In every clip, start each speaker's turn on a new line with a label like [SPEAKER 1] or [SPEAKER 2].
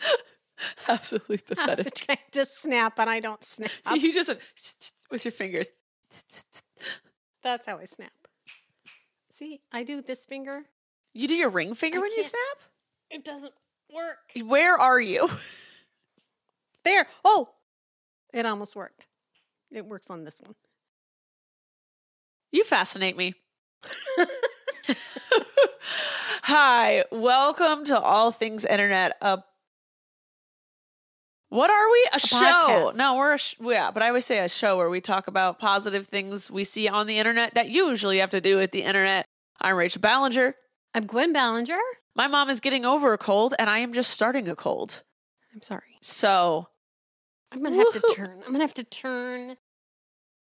[SPEAKER 1] Absolutely
[SPEAKER 2] I was
[SPEAKER 1] pathetic.
[SPEAKER 2] trying to snap and I don't snap.
[SPEAKER 1] You just with your fingers.
[SPEAKER 2] That's how I snap. See, I do this finger.
[SPEAKER 1] You do your ring finger
[SPEAKER 2] I
[SPEAKER 1] when you
[SPEAKER 2] can't-
[SPEAKER 1] snap?
[SPEAKER 2] It doesn't work.
[SPEAKER 1] Where are you?
[SPEAKER 2] There. Oh, it almost worked. It works on this one.
[SPEAKER 1] You fascinate me. Hi, welcome to All Things Internet. A what are we? A, show?
[SPEAKER 2] podcast.
[SPEAKER 1] No, we're a sh- yeah, but I always say a show where we talk about positive things we see on the internet that usually have to do with the internet. I'm Rachel Ballinger.
[SPEAKER 2] I'm Gwen Ballinger.
[SPEAKER 1] My mom is getting over a cold, and I am just starting a cold.
[SPEAKER 2] I'm sorry.
[SPEAKER 1] So
[SPEAKER 2] I'm gonna have to
[SPEAKER 1] Woohoo.
[SPEAKER 2] turn. I'm gonna have to turn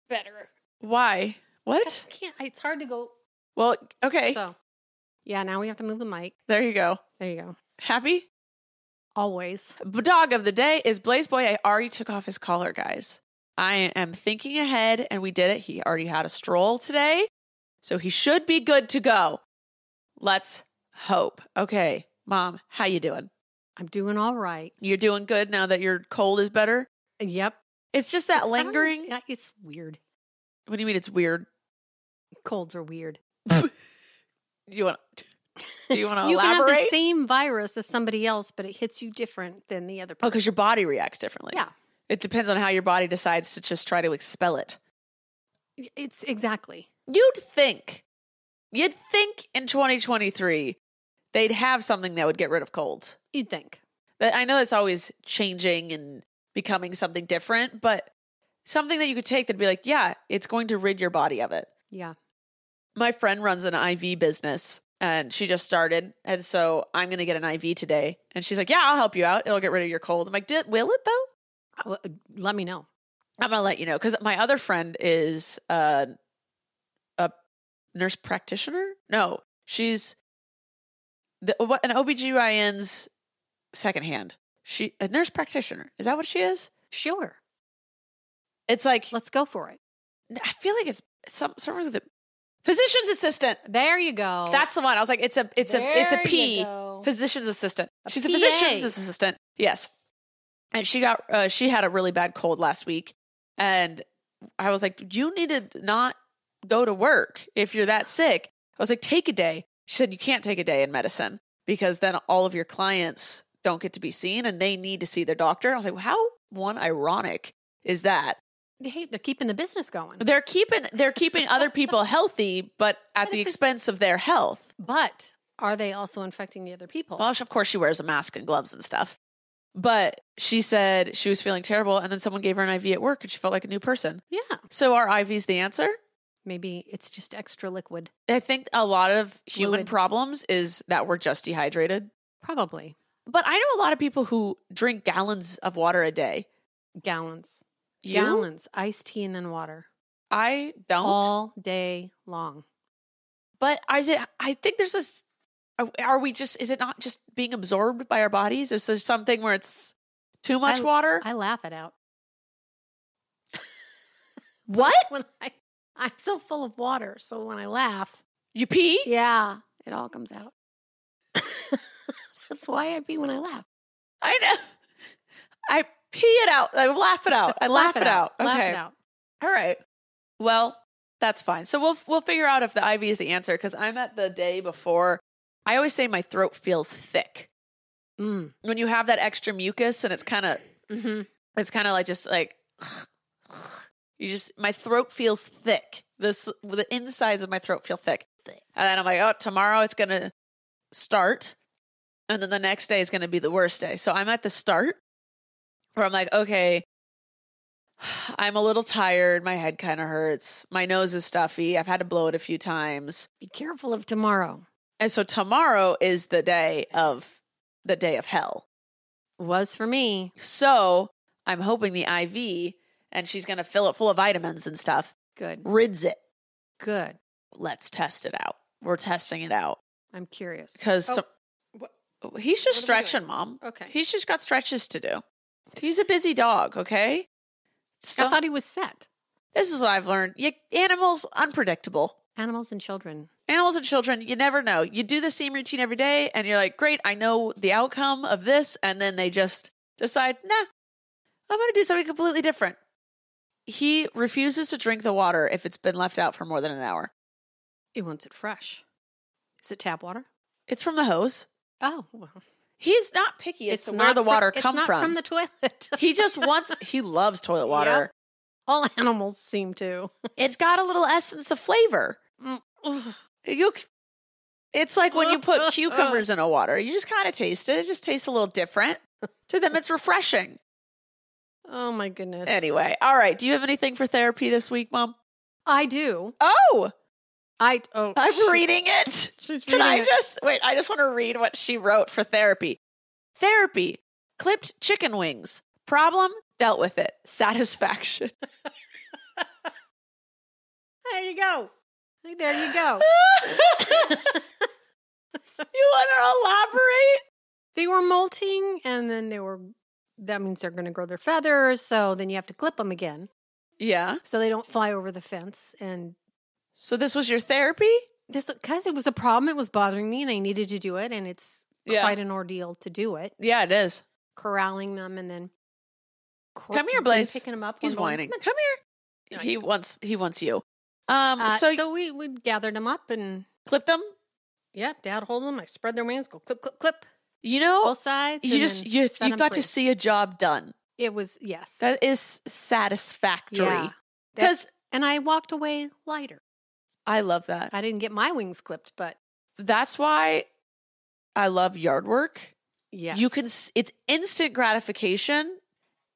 [SPEAKER 2] better.
[SPEAKER 1] why?
[SPEAKER 2] I
[SPEAKER 1] What?
[SPEAKER 2] can't. It's hard to go.
[SPEAKER 1] Well, okay.
[SPEAKER 2] So, yeah. Now we have to move the mic.
[SPEAKER 1] There you go.
[SPEAKER 2] There you go.
[SPEAKER 1] Happy?
[SPEAKER 2] Always.
[SPEAKER 1] B- Dog of the day is Blaze Boy. I already took off his collar, guys. I am thinking ahead, and we did it. He already had a stroll today, so he should be good to go. Let's hope. Okay, mom, how you doing?
[SPEAKER 2] I'm doing all right.
[SPEAKER 1] You're doing good now that your cold is better.
[SPEAKER 2] Yep.
[SPEAKER 1] It's just
[SPEAKER 2] It's- I
[SPEAKER 1] that
[SPEAKER 2] don't know.
[SPEAKER 1] lingering.
[SPEAKER 2] Yeah, It's weird.
[SPEAKER 1] What do you mean? It's weird.
[SPEAKER 2] Colds are weird.
[SPEAKER 1] You want? Do you want to
[SPEAKER 2] you
[SPEAKER 1] elaborate?
[SPEAKER 2] can have the same virus as somebody else, but it hits you different than the other
[SPEAKER 1] Oh,
[SPEAKER 2] person.
[SPEAKER 1] because your body reacts differently.
[SPEAKER 2] Yeah.
[SPEAKER 1] It depends on how your body decides to just try to expel it.
[SPEAKER 2] it's exactly.
[SPEAKER 1] You'd think, you'd think in 2023, they'd have something that would get rid of colds.
[SPEAKER 2] You'd think.
[SPEAKER 1] That I know it's always changing and becoming something different, but something that you could take that'd be like, yeah, it's going to rid your body of it.
[SPEAKER 2] Yeah.
[SPEAKER 1] my friend runs an IV business and she just started. And so I'm going to get an IV today. And she's like, Yeah, I'll help you out. It'll get rid of your cold. I'm like, Did, Will it though?
[SPEAKER 2] I w- uh, Let me know.
[SPEAKER 1] I'm going to let you know. Cause my other friend is uh, a nurse practitioner. No, she's the, what, an OBGYN's secondhand. She, a nurse practitioner. Is that what she is?
[SPEAKER 2] Sure.
[SPEAKER 1] It's like,
[SPEAKER 2] Let's go for it.
[SPEAKER 1] I feel like it's some, some sort of the physician's assistant.
[SPEAKER 2] There you go.
[SPEAKER 1] That's the one. I was like, it's a it's a it's
[SPEAKER 2] Oh.
[SPEAKER 1] a
[SPEAKER 2] There you
[SPEAKER 1] P
[SPEAKER 2] go.
[SPEAKER 1] physician's assistant.
[SPEAKER 2] A
[SPEAKER 1] She's a
[SPEAKER 2] PA.
[SPEAKER 1] physician's assistant. Yes. And she got uh, she had a really bad cold last week, and I was like, you need to not go to work if you're that sick. I was like, take a day. She said you can't take a day in medicine because then all of your clients don't get to be seen and they need to see their doctor. I was like, how one ironic is that?
[SPEAKER 2] hey, they're keeping the business going.
[SPEAKER 1] They're keeping they're keeping other people healthy, but at
[SPEAKER 2] But
[SPEAKER 1] the
[SPEAKER 2] if it's-
[SPEAKER 1] expense of their health.
[SPEAKER 2] But are they also infecting the other people?
[SPEAKER 1] Well, of course, she wears a mask and gloves and stuff. But she said she was feeling terrible, and then someone gave her an IV at work, and she felt like a new person.
[SPEAKER 2] yeah.
[SPEAKER 1] So, are IVs the answer?
[SPEAKER 2] Maybe it's just extra liquid.
[SPEAKER 1] I think a lot of human
[SPEAKER 2] Fluid.
[SPEAKER 1] problems is that we're just dehydrated.
[SPEAKER 2] Probably
[SPEAKER 1] But I know a lot of people who drink gallons of water a day.
[SPEAKER 2] gallons.
[SPEAKER 1] You?
[SPEAKER 2] Gallons. Iced tea and then water.
[SPEAKER 1] I don't.
[SPEAKER 2] All day long.
[SPEAKER 1] But is it? I think there's this. Are we just? Is it not just being absorbed by our bodies? Is there something where it's Too much
[SPEAKER 2] I-
[SPEAKER 1] water?
[SPEAKER 2] I laugh it out
[SPEAKER 1] what?
[SPEAKER 2] when I I'm so full of water, so when I laugh,
[SPEAKER 1] You pee?
[SPEAKER 2] yeah, it all comes out. That's why I pee when I laugh.
[SPEAKER 1] I know. I pee it out. I laugh it out. I laugh, it out.
[SPEAKER 2] Oh, Laugh
[SPEAKER 1] Okay.
[SPEAKER 2] it out.
[SPEAKER 1] All right. Well, that's fine. So we'll we'll figure out if the IV is the answer because I'm at the day before. I always say my throat feels thick
[SPEAKER 2] Mm.
[SPEAKER 1] when you have that extra mucus and it's kind of
[SPEAKER 2] Mm-hmm.
[SPEAKER 1] it's kind of like just like you just my throat feels thick. This the insides of my throat feel thick, and then I'm like, oh, tomorrow it's gonna start, and then the next day is gonna be the worst day. So I'm at the start where I'm like, okay, I'm a little tired. My head kind of hurts. My nose is stuffy. I've had to blow it a few times,
[SPEAKER 2] Be careful of tomorrow.
[SPEAKER 1] and so tomorrow is the day of the day of hell.
[SPEAKER 2] Was for me.
[SPEAKER 1] So I'm hoping the IV, and she's going to fill it full of vitamins and stuff,
[SPEAKER 2] Good.
[SPEAKER 1] rids it.
[SPEAKER 2] Good.
[SPEAKER 1] Let's test it out. We're testing it out
[SPEAKER 2] I'm curious.
[SPEAKER 1] because
[SPEAKER 2] Oh,
[SPEAKER 1] he's just
[SPEAKER 2] What am I doing?
[SPEAKER 1] stretching, mom.
[SPEAKER 2] Okay.
[SPEAKER 1] He's just got stretches to do. He's a busy dog, okay? So,
[SPEAKER 2] I thought he was set.
[SPEAKER 1] this is what I've learned. You, animals, unpredictable.
[SPEAKER 2] Animals and children.
[SPEAKER 1] Animals and children, you never know. You do the same routine every day, and you're like, great, I know the outcome of this. And then they just decide, nah, I'm going to do something completely different. He refuses to drink the water if it's been left out for more than an hour.
[SPEAKER 2] He wants it fresh. Is it tap water?
[SPEAKER 1] It's from the hose.
[SPEAKER 2] Oh, well.
[SPEAKER 1] He's not picky. It's, where the
[SPEAKER 2] fro-
[SPEAKER 1] water
[SPEAKER 2] it's
[SPEAKER 1] come
[SPEAKER 2] not
[SPEAKER 1] from.
[SPEAKER 2] the toilet.
[SPEAKER 1] he just wants, he loves toilet water.
[SPEAKER 2] All animals seem to. Mm.
[SPEAKER 1] It's got a little essence of flavor. You, c- it's like when you put cucumbers in a water. You just kind of taste it. It just tastes a little different. To them, it's refreshing.
[SPEAKER 2] Oh my goodness.
[SPEAKER 1] Anyway, all right. Do you have anything for therapy this week, Mom?
[SPEAKER 2] I do.
[SPEAKER 1] Oh,
[SPEAKER 2] I oh.
[SPEAKER 1] I'm
[SPEAKER 2] shoot.
[SPEAKER 1] reading it.
[SPEAKER 2] She's
[SPEAKER 1] Can I
[SPEAKER 2] reading it.
[SPEAKER 1] just wait? I just want to read what she wrote for therapy. Therapy, clipped chicken wings. Problem, dealt with it. Satisfaction.
[SPEAKER 2] There you go. There you go.
[SPEAKER 1] You want to elaborate?
[SPEAKER 2] they were molting, and then they were. That means they're going to grow their feathers. So then you have to clip them again,
[SPEAKER 1] Yeah.
[SPEAKER 2] so they don't fly over the fence. And
[SPEAKER 1] So this was your therapy?
[SPEAKER 2] this because it was a problem, it was bothering me, and I needed to do it. And it's
[SPEAKER 1] Yeah.
[SPEAKER 2] quite an ordeal to do it,
[SPEAKER 1] Yeah, it is.
[SPEAKER 2] corralling them and then. cor-
[SPEAKER 1] Come here,
[SPEAKER 2] then
[SPEAKER 1] Blaze.
[SPEAKER 2] Picking them up. one
[SPEAKER 1] He's
[SPEAKER 2] by one.
[SPEAKER 1] whining. Come here. He wants. He wants you. Um.
[SPEAKER 2] Uh,
[SPEAKER 1] so,
[SPEAKER 2] so, we we gathered them up and
[SPEAKER 1] clipped them.
[SPEAKER 2] yeah, Dad holds them. I spread their wings, go clip clip clip,
[SPEAKER 1] You know,
[SPEAKER 2] both sides.
[SPEAKER 1] you
[SPEAKER 2] and
[SPEAKER 1] just
[SPEAKER 2] then
[SPEAKER 1] you
[SPEAKER 2] set
[SPEAKER 1] you
[SPEAKER 2] 'em
[SPEAKER 1] got
[SPEAKER 2] free.
[SPEAKER 1] to see a job done.
[SPEAKER 2] It was yes,
[SPEAKER 1] That is satisfactory.
[SPEAKER 2] Yeah.
[SPEAKER 1] Because
[SPEAKER 2] and I walked away lighter.
[SPEAKER 1] I love that.
[SPEAKER 2] I didn't get my wings clipped, but
[SPEAKER 1] That's why I love yard work.
[SPEAKER 2] yes,
[SPEAKER 1] You can s- it's instant gratification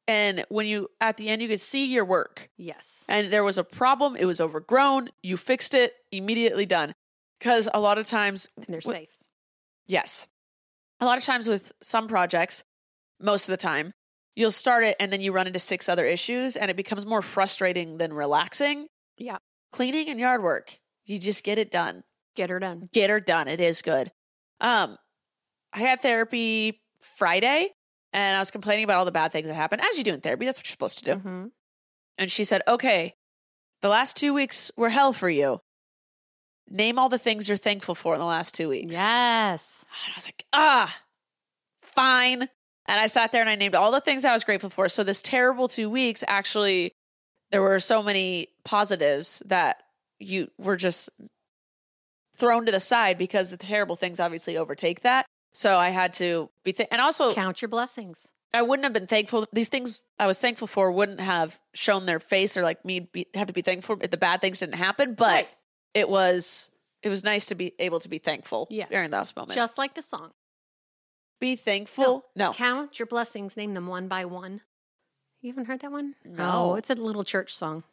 [SPEAKER 1] and when you at the end you could see your work.
[SPEAKER 2] yes,
[SPEAKER 1] And there was a problem, it was overgrown, you fixed it, immediately done. Cuz a lot of times
[SPEAKER 2] and they're
[SPEAKER 1] w-
[SPEAKER 2] safe.
[SPEAKER 1] Yes. A lot of times with some projects, most of the time, you'll start it and then you run into six other issues and it becomes more frustrating than relaxing.
[SPEAKER 2] Yeah.
[SPEAKER 1] Cleaning and yard work, you just get it done.
[SPEAKER 2] Get her done.
[SPEAKER 1] Get her done. It is good. Um, I had therapy Friday and I was complaining about all the bad things that happened. As you do in therapy, that's what you're supposed to do.
[SPEAKER 2] Mhm.
[SPEAKER 1] And she said, Okay, the last two weeks were hell for you. Name all the things you're thankful for in the last two weeks.
[SPEAKER 2] Yes,
[SPEAKER 1] And I was like, ah, fine. And I sat there and I named all the things I was grateful for. So this terrible two weeks, actually, there were so many positives that you were just thrown to the side because the terrible things obviously overtake that. So I had to be, th- and also
[SPEAKER 2] count your blessings.
[SPEAKER 1] I wouldn't have been thankful. These things I was thankful for wouldn't have shown their face or like me be, have to be thankful if the bad things didn't happen. But
[SPEAKER 2] Right.
[SPEAKER 1] it was it was nice to be able to be thankful
[SPEAKER 2] Yeah.
[SPEAKER 1] during those moments.
[SPEAKER 2] Just like the song.
[SPEAKER 1] Be thankful. No.
[SPEAKER 2] Count your blessings. Name them one by one. You haven't heard that one?
[SPEAKER 1] No.
[SPEAKER 2] Oh, it's a little church song.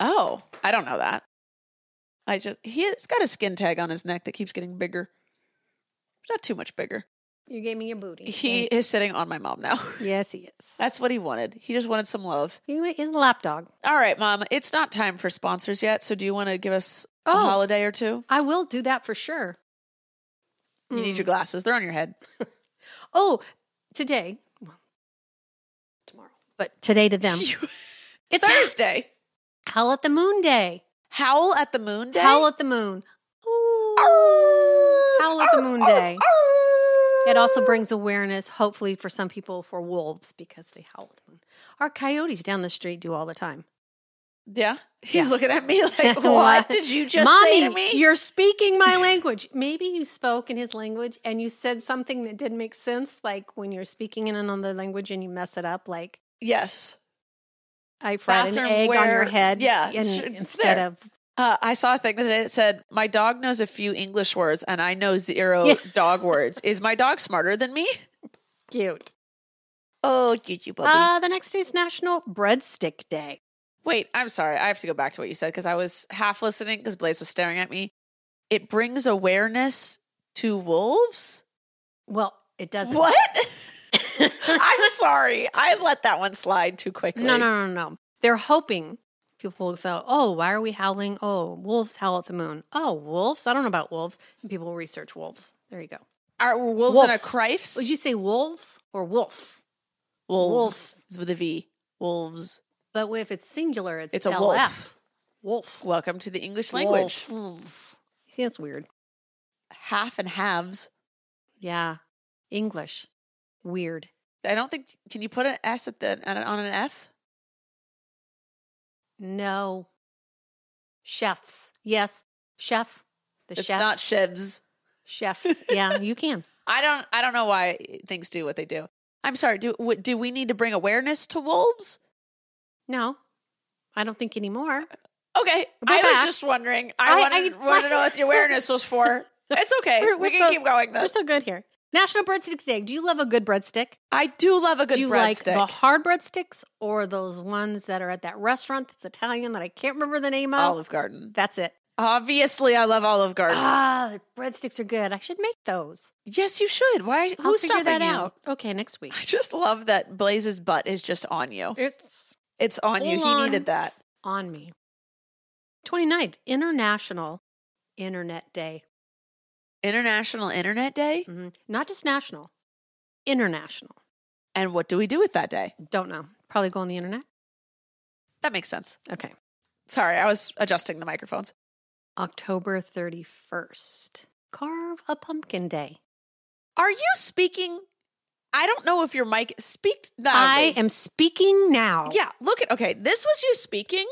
[SPEAKER 1] Oh, I don't know that. I just he's got a skin tag on his neck that keeps getting bigger. Not too much bigger.
[SPEAKER 2] You gave me your booty.
[SPEAKER 1] He is sitting on my mom now.
[SPEAKER 2] yes, he is.
[SPEAKER 1] That's what he wanted. He just wanted some love.
[SPEAKER 2] He is a lapdog.
[SPEAKER 1] All right, mom. It's not time for sponsors yet. So do you want to give us a
[SPEAKER 2] Oh.
[SPEAKER 1] holiday or two?
[SPEAKER 2] I will do that for sure. Mm.
[SPEAKER 1] You need your glasses. They're on your head.
[SPEAKER 2] Oh, today, well, but today to them. It's
[SPEAKER 1] Thursday.
[SPEAKER 2] Howl at the Moon Day.
[SPEAKER 1] Howl at the Moon Day.
[SPEAKER 2] Howl at the Moon.
[SPEAKER 1] Ow.
[SPEAKER 2] Howl at the
[SPEAKER 1] Ow,
[SPEAKER 2] Moon
[SPEAKER 1] ow,
[SPEAKER 2] Day.
[SPEAKER 1] ow.
[SPEAKER 2] It also brings awareness, hopefully, for some people for wolves because they howl at the moon. Our coyotes down the street do all the time.
[SPEAKER 1] Yeah. He's
[SPEAKER 2] Yeah.
[SPEAKER 1] looking at me like,
[SPEAKER 2] What?
[SPEAKER 1] what did you just
[SPEAKER 2] Mommy,
[SPEAKER 1] say to me?
[SPEAKER 2] you're speaking my language. Maybe you spoke in his language and you said something that didn't make sense, like when you're speaking in another language and you mess it up, like
[SPEAKER 1] yes.
[SPEAKER 2] I fried an
[SPEAKER 1] Bathroom
[SPEAKER 2] egg on your
[SPEAKER 1] ware-
[SPEAKER 2] head.
[SPEAKER 1] yeah,
[SPEAKER 2] and
[SPEAKER 1] sh-
[SPEAKER 2] instead
[SPEAKER 1] there.
[SPEAKER 2] of
[SPEAKER 1] Uh, I saw a thing today that said, My dog knows a few English words and I know zero
[SPEAKER 2] Yeah.
[SPEAKER 1] dog words. Is my dog smarter than me?
[SPEAKER 2] cute.
[SPEAKER 1] Oh, you puppy.
[SPEAKER 2] Uh, the next day's National Breadstick Day.
[SPEAKER 1] Wait, I'm sorry. I have to go back to what you said because I was half listening because Blaze was staring at me. It brings awareness to wolves?
[SPEAKER 2] Well, it doesn't.
[SPEAKER 1] What? I'm sorry. I let that one slide too quickly.
[SPEAKER 2] No, no, no, no. They're hoping people will go, oh, why are we howling? Oh, wolves howl at the moon. Oh, wolves? I don't know about wolves. And people will research wolves. There you go.
[SPEAKER 1] Are wolves, in a
[SPEAKER 2] Wolves.
[SPEAKER 1] Crifes?
[SPEAKER 2] Would you say wolves or wolves?
[SPEAKER 1] wolves.
[SPEAKER 2] wolves.
[SPEAKER 1] It's with a V. Wolves.
[SPEAKER 2] But if it's singular, it's,
[SPEAKER 1] It's a
[SPEAKER 2] LF.
[SPEAKER 1] wolf.
[SPEAKER 2] Wolf.
[SPEAKER 1] Welcome to the English language.
[SPEAKER 2] Wolves. See, that's weird.
[SPEAKER 1] Half and halves.
[SPEAKER 2] Yeah. English. Weird.
[SPEAKER 1] I don't think. Can you put an S at the on an- on an F?
[SPEAKER 2] No. Chefs. Yes. Chef. The
[SPEAKER 1] it's
[SPEAKER 2] chefs.
[SPEAKER 1] not shivs.
[SPEAKER 2] chefs. Yeah, you can.
[SPEAKER 1] I don't. I don't know why things do what they do. I'm sorry. Do w- do we need to bring awareness to wolves?
[SPEAKER 2] No. I don't think anymore.
[SPEAKER 1] Okay,
[SPEAKER 2] Go
[SPEAKER 1] I
[SPEAKER 2] back.
[SPEAKER 1] was just wondering. I,
[SPEAKER 2] I-
[SPEAKER 1] wanted,
[SPEAKER 2] I-
[SPEAKER 1] wanted to know what the awareness was for. It's okay.
[SPEAKER 2] We're-
[SPEAKER 1] we
[SPEAKER 2] we're
[SPEAKER 1] can
[SPEAKER 2] so-
[SPEAKER 1] keep going though.
[SPEAKER 2] We're so good here. National Breadstick Day. Do you love a good breadstick?
[SPEAKER 1] I do love a good
[SPEAKER 2] Do you like
[SPEAKER 1] breadstick.
[SPEAKER 2] the hard breadsticks or those ones that are at that restaurant that's Italian that I can't remember the name of?
[SPEAKER 1] Olive Garden.
[SPEAKER 2] That's it.
[SPEAKER 1] Obviously, I love Olive Garden.
[SPEAKER 2] Ah, the breadsticks are good. I should make those.
[SPEAKER 1] yes, you should. Why?
[SPEAKER 2] I'll
[SPEAKER 1] Who's
[SPEAKER 2] figure
[SPEAKER 1] stopping
[SPEAKER 2] that
[SPEAKER 1] you?
[SPEAKER 2] out. Okay, next week.
[SPEAKER 1] I just love that Blaze's butt is just on you.
[SPEAKER 2] It's
[SPEAKER 1] It's on you.
[SPEAKER 2] Full
[SPEAKER 1] He
[SPEAKER 2] on.
[SPEAKER 1] needed that.
[SPEAKER 2] on me. 29th, International Internet Day.
[SPEAKER 1] International Internet Day.
[SPEAKER 2] Mhm. Not just national, international.
[SPEAKER 1] And what do we do with that day?
[SPEAKER 2] Don't know. Probably go on the internet.
[SPEAKER 1] That makes sense.
[SPEAKER 2] Okay.
[SPEAKER 1] Sorry, I was adjusting the microphones.
[SPEAKER 2] October 31st, Carve a Pumpkin Day.
[SPEAKER 1] Are you speaking? I don't know if your mic speak. Loudly. Oh.
[SPEAKER 2] I am speaking now.
[SPEAKER 1] Yeah, look at okay. This was you speaking,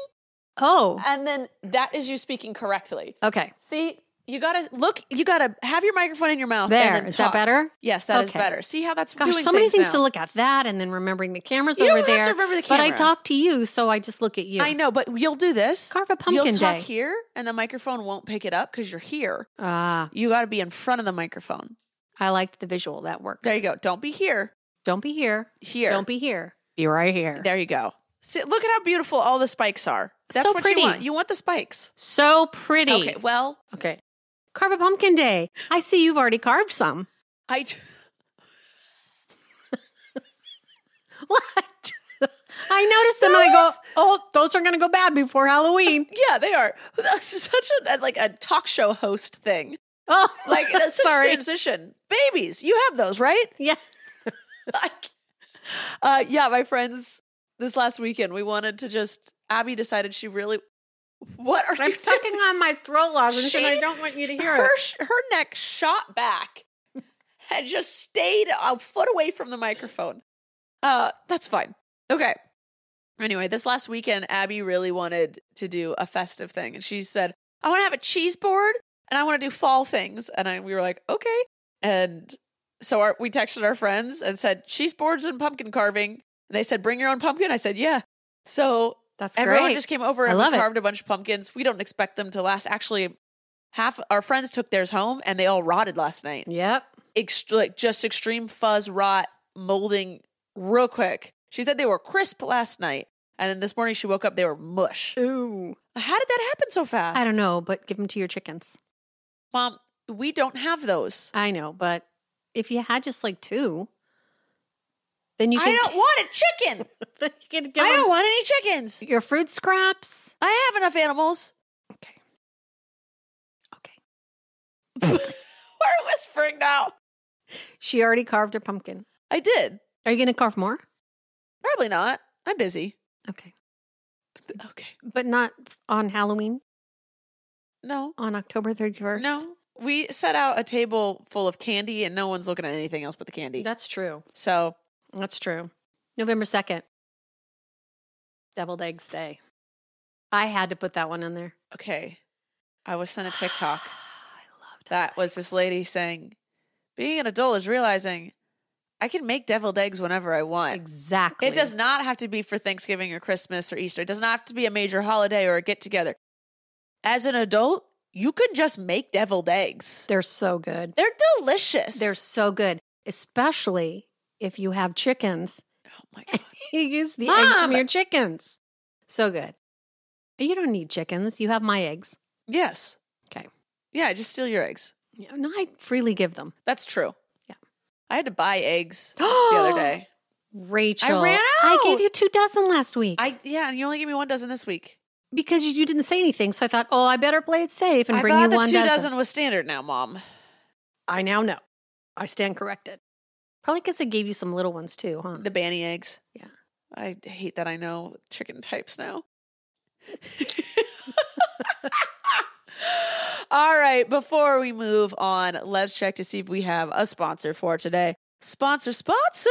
[SPEAKER 2] Oh.
[SPEAKER 1] and then that is you speaking correctly.
[SPEAKER 2] Okay.
[SPEAKER 1] See, you gotta look. You gotta have your microphone in your mouth. and
[SPEAKER 2] There.
[SPEAKER 1] then
[SPEAKER 2] Is that
[SPEAKER 1] talk.
[SPEAKER 2] better?
[SPEAKER 1] Yes, that is
[SPEAKER 2] Okay.
[SPEAKER 1] better. See how that's
[SPEAKER 2] Gosh,
[SPEAKER 1] doing
[SPEAKER 2] so many things to
[SPEAKER 1] now.
[SPEAKER 2] look at. That and then remembering the cameras
[SPEAKER 1] You
[SPEAKER 2] over
[SPEAKER 1] don't
[SPEAKER 2] there.
[SPEAKER 1] have to remember the
[SPEAKER 2] But I
[SPEAKER 1] camera.
[SPEAKER 2] talk to you, so I just look at you.
[SPEAKER 1] I know, but you'll do this.
[SPEAKER 2] Carve a
[SPEAKER 1] You'll
[SPEAKER 2] pumpkin
[SPEAKER 1] talk
[SPEAKER 2] day.
[SPEAKER 1] here, and the microphone won't pick it up because you're here.
[SPEAKER 2] Ah,
[SPEAKER 1] You got to be in front of the microphone.
[SPEAKER 2] I liked the visual. That worked.
[SPEAKER 1] There you go. Don't be here.
[SPEAKER 2] Don't be here.
[SPEAKER 1] Here.
[SPEAKER 2] Don't be here. Be right here.
[SPEAKER 1] There you go. See, look at how beautiful all the spikes are. That's
[SPEAKER 2] So
[SPEAKER 1] what
[SPEAKER 2] pretty.
[SPEAKER 1] you want. You want the spikes.
[SPEAKER 2] So pretty.
[SPEAKER 1] Okay. Well,
[SPEAKER 2] Okay. Carve a pumpkin day. I see you've already carved some.
[SPEAKER 1] I d-
[SPEAKER 2] What? I noticed them and I go, oh, those are going to go bad before Halloween.
[SPEAKER 1] yeah, they are. That's such a like a talk show host thing.
[SPEAKER 2] Oh,
[SPEAKER 1] Like that's such a
[SPEAKER 2] sorry.
[SPEAKER 1] transition. Babies, you have those, right?
[SPEAKER 2] Yeah.
[SPEAKER 1] like, uh, yeah, my friends. This last weekend, we wanted to just. Abby decided she really. What are
[SPEAKER 2] I'm
[SPEAKER 1] you doing?
[SPEAKER 2] sucking on my throat lozenge and I
[SPEAKER 1] She-
[SPEAKER 2] don't want you to hear
[SPEAKER 1] her,
[SPEAKER 2] it.
[SPEAKER 1] sh- her neck shot back and just stayed a foot away from the microphone. Uh, that's fine. Okay. Anyway, this last weekend, Abby really wanted to do a festive thing, and she said, "I want to have a cheese board, and I want to do fall things." And I, we were like, "Okay." And so our, we texted our friends and said, "Cheese boards and pumpkin carving." And they said, "Bring your own pumpkin." I said, "Yeah." So
[SPEAKER 2] That's
[SPEAKER 1] Everyone
[SPEAKER 2] great.
[SPEAKER 1] just came over
[SPEAKER 2] I
[SPEAKER 1] and
[SPEAKER 2] love
[SPEAKER 1] we
[SPEAKER 2] it.
[SPEAKER 1] carved a bunch of pumpkins. We don't expect them to last. Actually, half our friends took theirs home and they all rotted last night.
[SPEAKER 2] yep.
[SPEAKER 1] Ext- like just extreme fuzz rot molding real quick. She said they were crisp last night. And then this morning she woke up, they were mush.
[SPEAKER 2] Ooh.
[SPEAKER 1] How did that happen so fast?
[SPEAKER 2] I don't know, but give them to your chickens.
[SPEAKER 1] Mom, we don't have those.
[SPEAKER 2] I know, but if you had just like two, then you
[SPEAKER 1] I
[SPEAKER 2] could,
[SPEAKER 1] don't want a chicken.
[SPEAKER 2] then you could give
[SPEAKER 1] I don't
[SPEAKER 2] them
[SPEAKER 1] want any chickens.
[SPEAKER 2] your fruit scraps.
[SPEAKER 1] I have enough animals.
[SPEAKER 2] Okay. Okay.
[SPEAKER 1] We're whispering now.
[SPEAKER 2] She already carved her pumpkin.
[SPEAKER 1] I did.
[SPEAKER 2] Are you going to carve more?
[SPEAKER 1] Probably not. I'm busy.
[SPEAKER 2] Okay.
[SPEAKER 1] Okay.
[SPEAKER 2] But not on Halloween,
[SPEAKER 1] No.
[SPEAKER 2] on October 31st.
[SPEAKER 1] No. We set out a table full of candy and no one's looking at anything else but the candy.
[SPEAKER 2] That's true.
[SPEAKER 1] so
[SPEAKER 2] That's true. November 2nd, Deviled Eggs Day. I had to put that one in there.
[SPEAKER 1] okay. I was sent a TikTok.
[SPEAKER 2] I love
[SPEAKER 1] that was this lady saying, Being an adult is realizing I can make deviled eggs whenever I want.
[SPEAKER 2] Exactly.
[SPEAKER 1] It does not have to be for Thanksgiving or Christmas or Easter. It does not have to be a major holiday or a get together. As an adult, you can just make deviled eggs.
[SPEAKER 2] They're so good.
[SPEAKER 1] They're delicious.
[SPEAKER 2] They're so good, especially if you have chickens.
[SPEAKER 1] oh my god.
[SPEAKER 2] You use the eggs from
[SPEAKER 1] Mom!
[SPEAKER 2] your chickens. So good. You don't need chickens. You have my eggs.
[SPEAKER 1] Yes.
[SPEAKER 2] Okay.
[SPEAKER 1] Yeah, just steal your eggs.
[SPEAKER 2] Yeah, No, I freely give them.
[SPEAKER 1] That's true.
[SPEAKER 2] Yeah.
[SPEAKER 1] I had to buy eggs the other day.
[SPEAKER 2] Rachel,
[SPEAKER 1] I ran
[SPEAKER 2] I gave
[SPEAKER 1] out!
[SPEAKER 2] you two dozen last week
[SPEAKER 1] I yeah, and you only gave me one dozen this week.
[SPEAKER 2] because you, you didn't say anything. So I thought, oh, I better play it safe and
[SPEAKER 1] I
[SPEAKER 2] bring
[SPEAKER 1] thought
[SPEAKER 2] you
[SPEAKER 1] the
[SPEAKER 2] one
[SPEAKER 1] two
[SPEAKER 2] dozen.
[SPEAKER 1] dozen was standard now, Mom.
[SPEAKER 2] I now know. I stand corrected. Probably because I gave you some little ones too, huh?
[SPEAKER 1] The banny eggs.
[SPEAKER 2] Yeah.
[SPEAKER 1] I hate that I know chicken types now. All right, before we move on, let's check to see if we have a sponsor for today. Sponsor, sponsor.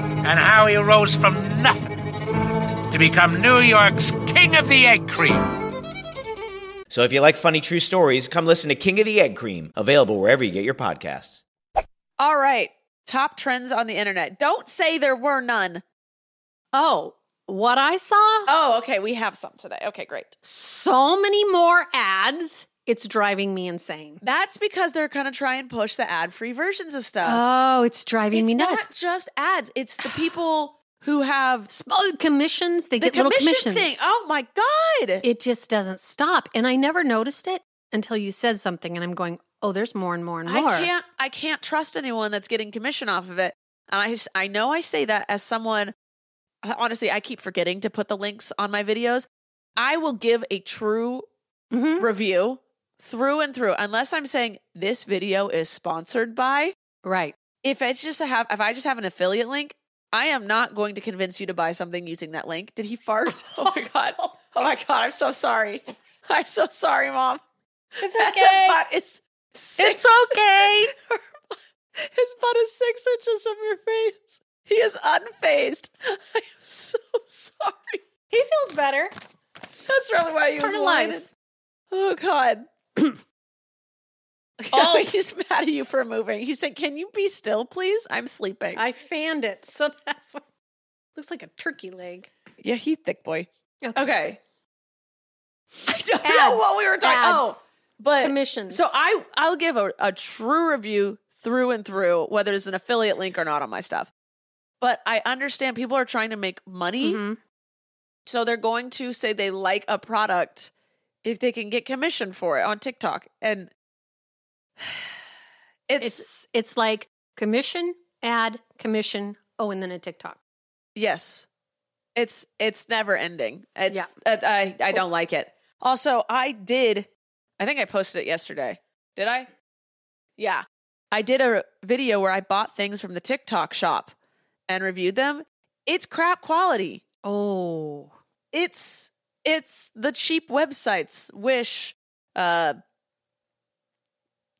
[SPEAKER 3] and how he rose from nothing to become New York's king of the egg cream.
[SPEAKER 4] So if you like funny true stories, come listen to King of the Egg Cream, available wherever you get your podcasts.
[SPEAKER 1] All right, top trends on the internet. Don't say there were none.
[SPEAKER 2] oh, what I saw?
[SPEAKER 1] Oh, okay, we have some today. Okay, great.
[SPEAKER 2] So many more ads. It's driving me insane.
[SPEAKER 1] That's because they're going to try and push the ad free versions of stuff.
[SPEAKER 2] Oh, it's driving
[SPEAKER 1] it's
[SPEAKER 2] me
[SPEAKER 1] not
[SPEAKER 2] nuts.
[SPEAKER 1] just ads, it's the people who have
[SPEAKER 2] Spo- Oh, commissions, they
[SPEAKER 1] the
[SPEAKER 2] get little
[SPEAKER 1] commission
[SPEAKER 2] commissions.
[SPEAKER 1] thing. Oh my God.
[SPEAKER 2] It just doesn't stop. And I never noticed it until you said something and I'm going, oh, there's more and more and more.
[SPEAKER 1] I can't I can't trust anyone that's getting commission off of it. And I s- I know I say that as someone honestly I keep forgetting to put the links on my videos. I will give a true
[SPEAKER 2] Mhm.
[SPEAKER 1] review through and through unless I'm saying this video is sponsored by.
[SPEAKER 2] Right.
[SPEAKER 1] If it's just a have if I just have an affiliate link, I am not going to convince you to buy something using that link. Did he fart? Oh my god. Oh my god, I'm so sorry. I'm so sorry, mom. It's
[SPEAKER 2] okay.
[SPEAKER 1] It's six
[SPEAKER 2] okay.
[SPEAKER 1] His butt is six inches from your face. He is unfazed. I'm so sorry.
[SPEAKER 2] he feels better.
[SPEAKER 1] That's really why he
[SPEAKER 2] Part
[SPEAKER 1] was
[SPEAKER 2] of life.
[SPEAKER 1] whining. Oh God. oh, he's mad at you for moving. He said, "Can you be still, please? I'm sleeping."
[SPEAKER 2] I fanned it. So that's what looks like a turkey leg.
[SPEAKER 1] yeah, he thick boy.
[SPEAKER 2] Okay.
[SPEAKER 1] Okay. I don't know what we were talking.
[SPEAKER 2] Ads.
[SPEAKER 1] Oh, but
[SPEAKER 2] Commissions.
[SPEAKER 1] So I I'll give a, a true review through and through, whether it's an affiliate link or not on my stuff. But I understand people are trying to make money.
[SPEAKER 2] Mhm.
[SPEAKER 1] So they're going to say they like a product if they can get commission for it on TikTok. And it's,
[SPEAKER 2] it's it's like commission, ad, commission, oh, and then a TikTok.
[SPEAKER 1] yes. It's it's never ending. It's
[SPEAKER 2] Yeah.
[SPEAKER 1] uh, I I don't
[SPEAKER 2] Oops.
[SPEAKER 1] like it. Also, I did I think I posted it yesterday. Did I? Yeah. I did a video where I bought things from the TikTok shop and reviewed them. It's crap quality.
[SPEAKER 2] Oh.
[SPEAKER 1] it's it's the cheap websites wish uh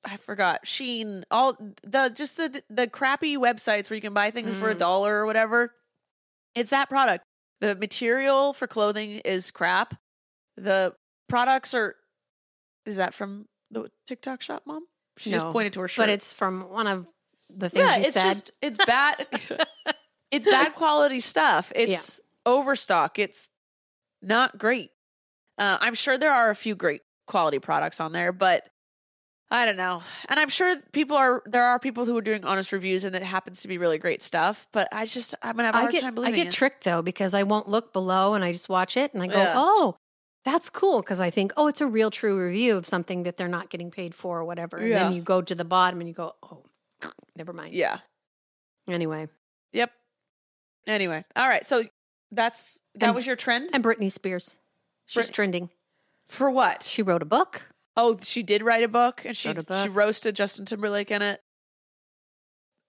[SPEAKER 1] i forgot sheen all the just the the crappy websites where you can buy things for a
[SPEAKER 2] Mm.
[SPEAKER 1] dollar or whatever it's that product the material for clothing is crap the products are is that from the tiktok shop mom she just
[SPEAKER 2] No,
[SPEAKER 1] pointed to her shirt
[SPEAKER 2] But it's from one of the things
[SPEAKER 1] yeah
[SPEAKER 2] you
[SPEAKER 1] it's
[SPEAKER 2] said.
[SPEAKER 1] just it's bad It's bad quality stuff. It's overstock. It's not great. Uh, I'm sure there are a few great quality products on there, but I don't know. And I'm sure people are there are people who are doing honest reviews, and it happens to be really great stuff. But I just I'm gonna have a
[SPEAKER 2] I
[SPEAKER 1] hard
[SPEAKER 2] get
[SPEAKER 1] time
[SPEAKER 2] I
[SPEAKER 1] believing
[SPEAKER 2] get
[SPEAKER 1] it.
[SPEAKER 2] tricked though because I won't look below and I just watch it and I go,
[SPEAKER 1] Yeah.
[SPEAKER 2] "Oh, that's cool" because I think, "Oh, it's a real true review of something that they're not getting paid for or whatever." And
[SPEAKER 1] Yeah.
[SPEAKER 2] then you go to the bottom and you go, "Oh, never mind."
[SPEAKER 1] Yeah.
[SPEAKER 2] Anyway,
[SPEAKER 1] Yep. Anyway, all right. So that's that
[SPEAKER 2] And-
[SPEAKER 1] was your trend
[SPEAKER 2] and Britney Spears, she's
[SPEAKER 1] Brit-
[SPEAKER 2] trending.
[SPEAKER 1] for what?
[SPEAKER 2] She wrote a book.
[SPEAKER 1] Oh, she did write a book, and she
[SPEAKER 2] Wrote a
[SPEAKER 1] she
[SPEAKER 2] book.
[SPEAKER 1] roasted Justin Timberlake in it.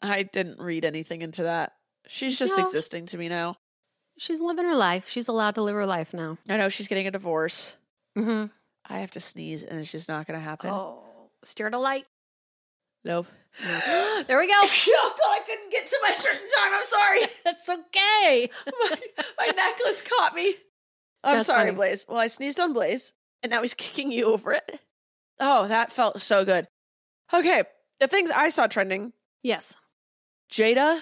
[SPEAKER 1] I didn't read anything into that. She's just
[SPEAKER 2] No.
[SPEAKER 1] existing to me now.
[SPEAKER 2] She's living her life. She's allowed to live her life now.
[SPEAKER 1] I know she's getting a divorce.
[SPEAKER 2] Mm-hmm.
[SPEAKER 1] I have to sneeze, and it's just not going to happen.
[SPEAKER 2] Oh, steer to light.
[SPEAKER 1] Nope.
[SPEAKER 2] There we go.
[SPEAKER 1] oh God, I couldn't get to my shirt in time. I'm sorry.
[SPEAKER 2] That's okay.
[SPEAKER 1] my, my necklace caught me. I'm
[SPEAKER 2] That's
[SPEAKER 1] sorry,
[SPEAKER 2] funny.
[SPEAKER 1] Blaze. Well, I sneezed on Blaze, and now he's kicking you over it. Oh, that felt so good. Okay, the things I saw trending
[SPEAKER 2] Yes.
[SPEAKER 1] Jada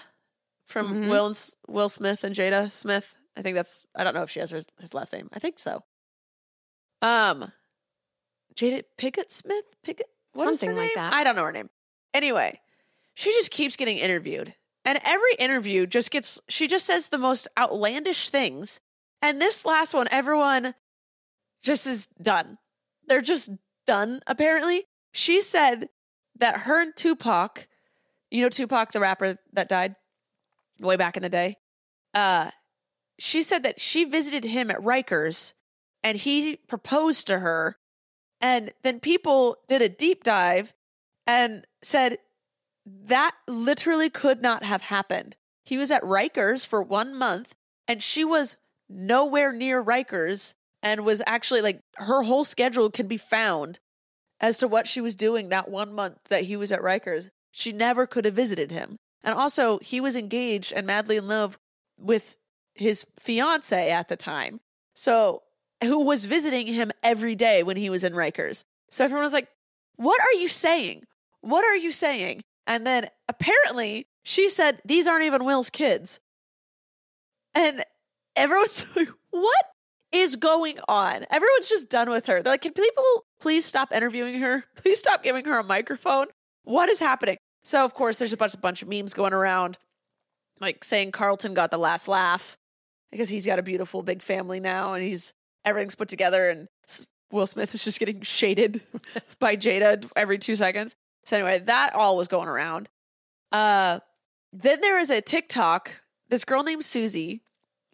[SPEAKER 1] from
[SPEAKER 2] Mhm.
[SPEAKER 1] Will and S- Will Smith and Jada Smith. I think that's I don't know if she has her, his last name. I think so. Um, Jada Pickett Smith Pickett what is her
[SPEAKER 2] Something like
[SPEAKER 1] name?
[SPEAKER 2] that.
[SPEAKER 1] I don't know her name. Anyway, she just keeps getting interviewed, and every interview just gets she just says the most outlandish things. And this last one, everyone just is done. They're just done. Apparently, she said that her and Tupac you know Tupac, the rapper that died way back in the day. Uh, she said that she visited him at Rikers, and he proposed to her, and then people did a deep dive and said that literally could not have happened. He was at Rikers for one month, and she was nowhere near Rikers, and was actually like her whole schedule can be found as to what she was doing that one month that he was at Rikers. She never could have visited him. And also, he was engaged and madly in love with his fiance at the time. So, who was visiting him every day when he was in Rikers. So, everyone was like, What are you saying? What are you saying? And then apparently, she said, These aren't even Will's kids. And everyone's like, What is going on? Everyone's just done with her. They're like, Can people please stop interviewing her? Please stop giving her a microphone. What is happening? So of course, there's a bunch, bunch of memes going around, like saying Carlton got the last laugh because he's got a beautiful big family now, and he's everything's put together, and S- Will Smith is just getting shaded by Jada every two seconds. So anyway, that all was going around. Uh, then there is a TikTok. This girl named Susie,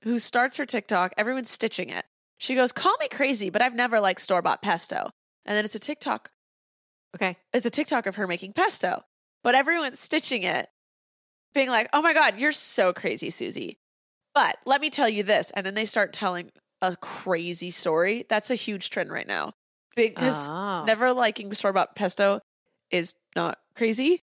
[SPEAKER 1] who starts her TikTok, everyone's stitching it. She goes, "Call me crazy, but I've never liked store bought pesto." And then it's a TikTok
[SPEAKER 2] Okay.
[SPEAKER 1] is a TikTok of her making pesto, but everyone's stitching it, being like, oh my God, you're so crazy, Susie. But let me tell you this. And then they start telling a crazy story. That's a huge trend right now because
[SPEAKER 2] Oh.
[SPEAKER 1] never liking store bought pesto is not crazy.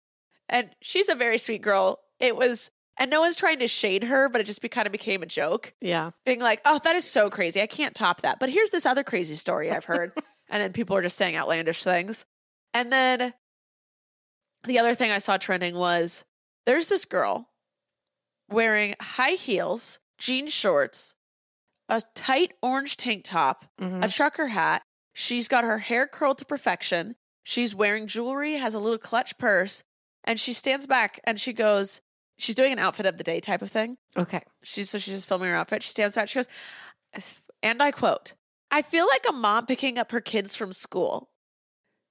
[SPEAKER 1] And she's a very sweet girl. It was, and no one's trying to shade her, but it just be, kind of became a joke
[SPEAKER 2] Yeah.
[SPEAKER 1] being like, "Oh, that is so crazy. I can't top that." But here's this other crazy story I've heard, and then people are just saying outlandish things. And then the other thing I saw trending was there's this girl wearing high heels, jean shorts, a tight orange tank top,
[SPEAKER 2] Mhm.
[SPEAKER 1] a trucker hat. She's got her hair curled to perfection. She's wearing jewelry, has a little clutch purse, and she stands back and she goes, she's doing an outfit of the day type of thing.
[SPEAKER 2] Okay.
[SPEAKER 1] She's so she's just filming her outfit. She stands back. She goes, and I quote, "I feel like a mom picking up her kids from school.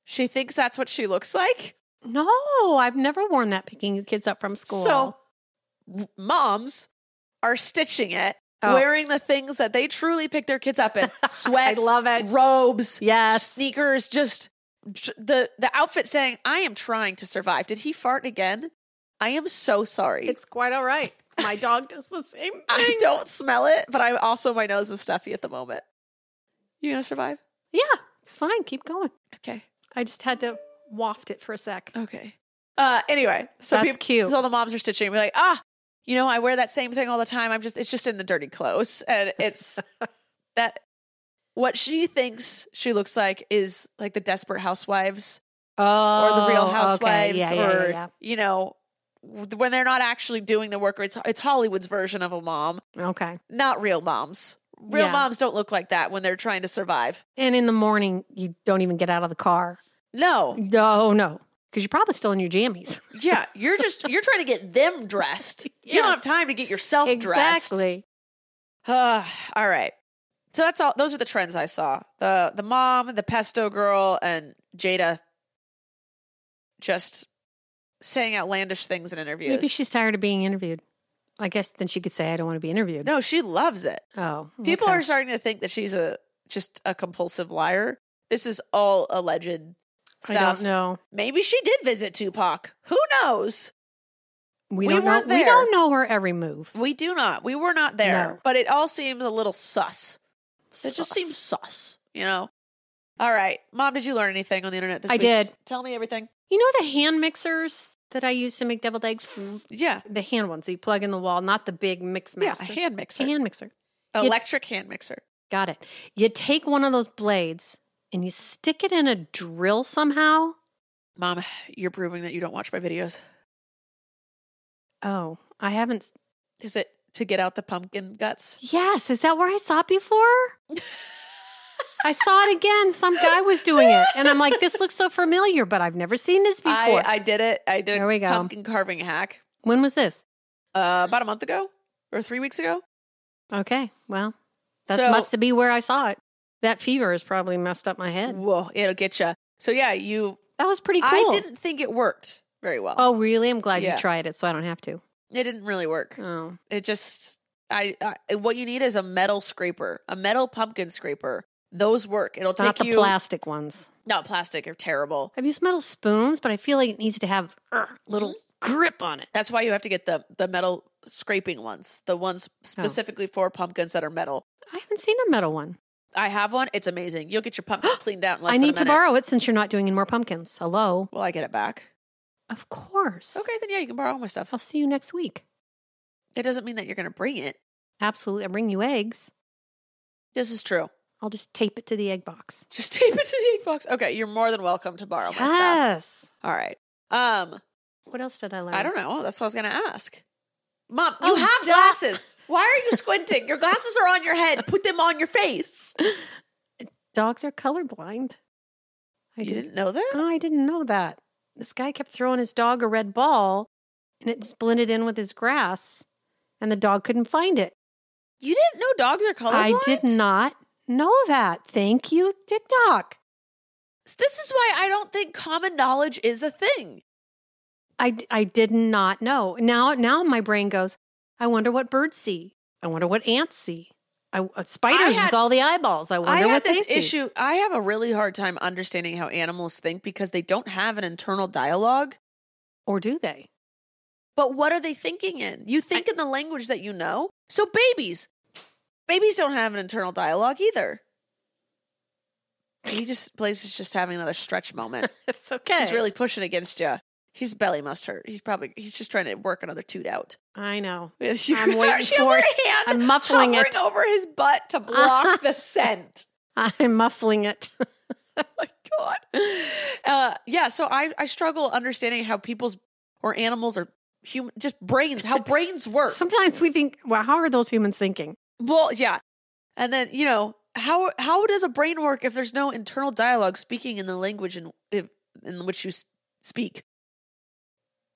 [SPEAKER 1] She thinks that's what she looks like.
[SPEAKER 2] No, I've never worn that picking your kids up from school.
[SPEAKER 1] So w- moms are stitching it,
[SPEAKER 2] Oh.
[SPEAKER 1] wearing the things that they truly pick their kids up in: sweats,
[SPEAKER 2] love it.
[SPEAKER 1] robes,
[SPEAKER 2] Yes.
[SPEAKER 1] sneakers. Just j- the the outfit saying, "I am trying to survive." Did he fart again? I am so sorry.
[SPEAKER 2] it's quite all right. My dog does the same thing.
[SPEAKER 1] I don't smell it, but I also my nose is stuffy at the moment. You gonna survive?
[SPEAKER 2] Yeah, it's fine. Keep going.
[SPEAKER 1] Okay.
[SPEAKER 2] I just had to waft it for a sec.
[SPEAKER 1] Okay. Uh anyway, so
[SPEAKER 2] That's
[SPEAKER 1] peop-
[SPEAKER 2] cute.
[SPEAKER 1] So all the moms are stitching and be like, ah, you know, I wear that same thing all the time. I'm just it's just in the dirty clothes. And it's that what she thinks she looks like is like the desperate housewives
[SPEAKER 2] Oh,
[SPEAKER 1] or the real
[SPEAKER 2] okay.
[SPEAKER 1] housewives
[SPEAKER 2] Yeah, yeah,
[SPEAKER 1] or
[SPEAKER 2] yeah, yeah.
[SPEAKER 1] you know when they're not actually doing the work. It's it's Hollywood's version of a mom,
[SPEAKER 2] Okay.
[SPEAKER 1] not real moms. Real
[SPEAKER 2] Yeah.
[SPEAKER 1] moms don't look like that when they're trying to survive.
[SPEAKER 2] And in the morning, you don't even get out of the car.
[SPEAKER 1] No,
[SPEAKER 2] No, no. Because you're probably still in your jammies.
[SPEAKER 1] yeah, you're just you're trying to get them dressed. You don't have
[SPEAKER 2] Yes.
[SPEAKER 1] time to get yourself dressed.
[SPEAKER 2] Exactly.
[SPEAKER 1] Uh, all right. So that's all. Those are the trends I saw. the The mom, the pesto girl, and Jada just saying outlandish things in interviews.
[SPEAKER 2] Maybe she's tired of being interviewed. I guess then she could say, I don't want to be interviewed.
[SPEAKER 1] no, she loves it.
[SPEAKER 2] Oh.
[SPEAKER 1] People
[SPEAKER 2] okay.
[SPEAKER 1] are starting to think that she's a just a compulsive liar. This is all alleged
[SPEAKER 2] I
[SPEAKER 1] stuff.
[SPEAKER 2] don't know.
[SPEAKER 1] Maybe she did visit Tupac. Who knows?
[SPEAKER 2] We,
[SPEAKER 1] We
[SPEAKER 2] don't know.
[SPEAKER 1] weren't
[SPEAKER 2] We
[SPEAKER 1] there.
[SPEAKER 2] don't know her every move.
[SPEAKER 1] We do not. We were not there.
[SPEAKER 2] No.
[SPEAKER 1] But it all seems a little sus. It just seems sus, you know. All right, mom. Did you learn anything on the internet this
[SPEAKER 2] I
[SPEAKER 1] week?
[SPEAKER 2] did.
[SPEAKER 1] Tell me everything.
[SPEAKER 2] You know the hand mixers that I use to make deviled eggs?
[SPEAKER 1] Yeah,
[SPEAKER 2] The hand ones that you plug in the wall, not the big mix
[SPEAKER 1] yeah.
[SPEAKER 2] master.
[SPEAKER 1] A hand mixer,
[SPEAKER 2] Hand mixer.
[SPEAKER 1] An
[SPEAKER 2] you-
[SPEAKER 1] electric hand mixer.
[SPEAKER 2] Got it. You take one of those blades and you stick it in a drill somehow.
[SPEAKER 1] Mom, you're proving that you don't watch my videos.
[SPEAKER 2] Oh, I haven't. s-
[SPEAKER 1] Is it to get out the pumpkin guts?
[SPEAKER 2] Yes, is that where I saw it before? I saw it again. Some guy was doing it, and I'm like, "This looks so familiar," but I've never seen this
[SPEAKER 1] I,
[SPEAKER 2] before.
[SPEAKER 1] I did it. I did
[SPEAKER 2] There we
[SPEAKER 1] a
[SPEAKER 2] go.
[SPEAKER 1] pumpkin carving hack
[SPEAKER 2] when was this?
[SPEAKER 1] uh, about a month ago or three weeks ago.
[SPEAKER 2] Okay, well, that
[SPEAKER 1] So-
[SPEAKER 2] must be where I saw it. That fever has probably messed up my head.
[SPEAKER 1] Whoa, it'll get you. So yeah, you.
[SPEAKER 2] That was pretty cool.
[SPEAKER 1] I didn't think it worked very well.
[SPEAKER 2] Oh, really? I'm glad
[SPEAKER 1] Yeah.
[SPEAKER 2] you tried it, so I don't have to.
[SPEAKER 1] it didn't really work.
[SPEAKER 2] Oh,
[SPEAKER 1] It just I, I what you need is a metal scraper, a metal pumpkin scraper. Those work. It'll
[SPEAKER 2] not
[SPEAKER 1] take
[SPEAKER 2] the
[SPEAKER 1] you
[SPEAKER 2] plastic ones.
[SPEAKER 1] not plastic are terrible.
[SPEAKER 2] I've used metal spoons, but I feel like it needs to have
[SPEAKER 1] Uh.
[SPEAKER 2] a little grip on it.
[SPEAKER 1] That's why you have to get the the metal scraping ones, the
[SPEAKER 2] Oh.
[SPEAKER 1] ones specifically for pumpkins that are metal.
[SPEAKER 2] I haven't seen a metal one.
[SPEAKER 1] I have one. It's amazing. You'll get your pumpkins cleaned out. In less
[SPEAKER 2] I
[SPEAKER 1] than a
[SPEAKER 2] need to
[SPEAKER 1] minute.
[SPEAKER 2] borrow it since you're not doing any more pumpkins. Hello.
[SPEAKER 1] Will I get it back?
[SPEAKER 2] Of course.
[SPEAKER 1] Okay, then yeah, you can borrow all my stuff.
[SPEAKER 2] I'll see you next week.
[SPEAKER 1] It doesn't mean that you're going to bring it.
[SPEAKER 2] Absolutely. I'll bring you eggs.
[SPEAKER 1] This is true.
[SPEAKER 2] I'll just tape it to the egg box.
[SPEAKER 1] Just tape it to the egg box. Okay, you're more than welcome to borrow my stuff.
[SPEAKER 2] yes.
[SPEAKER 1] All right. Um,
[SPEAKER 2] What else did I learn?
[SPEAKER 1] I don't know. That's what I was going to ask. Mom, you
[SPEAKER 2] Oh,
[SPEAKER 1] have
[SPEAKER 2] duh.
[SPEAKER 1] glasses. Why are you squinting? Your glasses are on your head. Put them on your face.
[SPEAKER 2] Dogs are colorblind. I
[SPEAKER 1] you
[SPEAKER 2] did-
[SPEAKER 1] didn't know that?
[SPEAKER 2] Oh, I didn't know that. This guy kept throwing his dog a red ball and it just blended in with his grass and the dog couldn't find it.
[SPEAKER 1] You didn't know dogs are colorblind?
[SPEAKER 2] I did not know that. Thank you, TikTok.
[SPEAKER 1] This is why I don't think common knowledge is a thing.
[SPEAKER 2] I, d- I did not know. Now now my brain goes, I wonder what birds see. I wonder what ants see. I, uh, spiders
[SPEAKER 1] had-
[SPEAKER 2] with all the eyeballs. I
[SPEAKER 1] I
[SPEAKER 2] wonder
[SPEAKER 1] had
[SPEAKER 2] what
[SPEAKER 1] this
[SPEAKER 2] they see.
[SPEAKER 1] issue. I have a really hard time understanding how animals think because they don't have an internal dialogue.
[SPEAKER 2] Or do they?
[SPEAKER 1] But what are they thinking in? You think in the language that you know. So babies, babies don't have an internal dialogue either. He just Blaze is just having another stretch moment.
[SPEAKER 2] It's okay.
[SPEAKER 1] He's really pushing against you. His belly must hurt. He's probably he's just trying to work another toot out.
[SPEAKER 2] I know.
[SPEAKER 1] I'm she
[SPEAKER 2] I'm waiting
[SPEAKER 1] she has
[SPEAKER 2] for
[SPEAKER 1] her
[SPEAKER 2] it.
[SPEAKER 1] hand
[SPEAKER 2] I'm muffling
[SPEAKER 1] hovering
[SPEAKER 2] it.
[SPEAKER 1] over his butt to block the scent.
[SPEAKER 2] I'm muffling it.
[SPEAKER 1] my god. Uh, yeah, so I I struggle understanding how people's or animals or human just brains how brains work.
[SPEAKER 2] Sometimes we think, well, how are those humans thinking?
[SPEAKER 1] Well, yeah. And then, you know, how how does a brain work if there's no internal dialogue speaking in the language in in, in which you s- speak?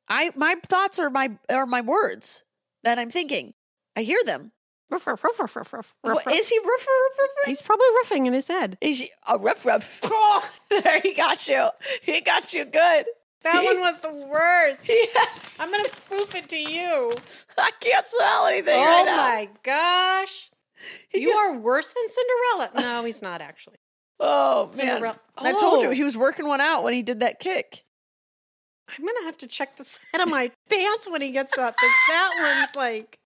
[SPEAKER 1] I my thoughts are my are my words that I'm thinking. I hear them.
[SPEAKER 2] Ruff, ruff, ruff, ruff, ruff, ruff, ruff,
[SPEAKER 1] What-
[SPEAKER 2] ruff.
[SPEAKER 1] Is he ruff ruff ruff? ruff?
[SPEAKER 2] He's probably riffing in his head.
[SPEAKER 1] Is he a ruff ruff? Oh, there he got you. He got you good.
[SPEAKER 2] That one was the worst.
[SPEAKER 1] He had,
[SPEAKER 2] I'm gonna foof it to you.
[SPEAKER 1] I can't smell anything
[SPEAKER 2] Oh
[SPEAKER 1] right now.
[SPEAKER 2] my gosh.
[SPEAKER 1] He
[SPEAKER 2] You
[SPEAKER 1] got-
[SPEAKER 2] are worse than Cinderella. No, he's not actually.
[SPEAKER 1] Oh man!
[SPEAKER 2] Cinderella-
[SPEAKER 1] I told you
[SPEAKER 2] Oh.
[SPEAKER 1] he was working one out when he did that kick.
[SPEAKER 2] I'm gonna have to check the side of my pants when he gets up. 'cause that one's like,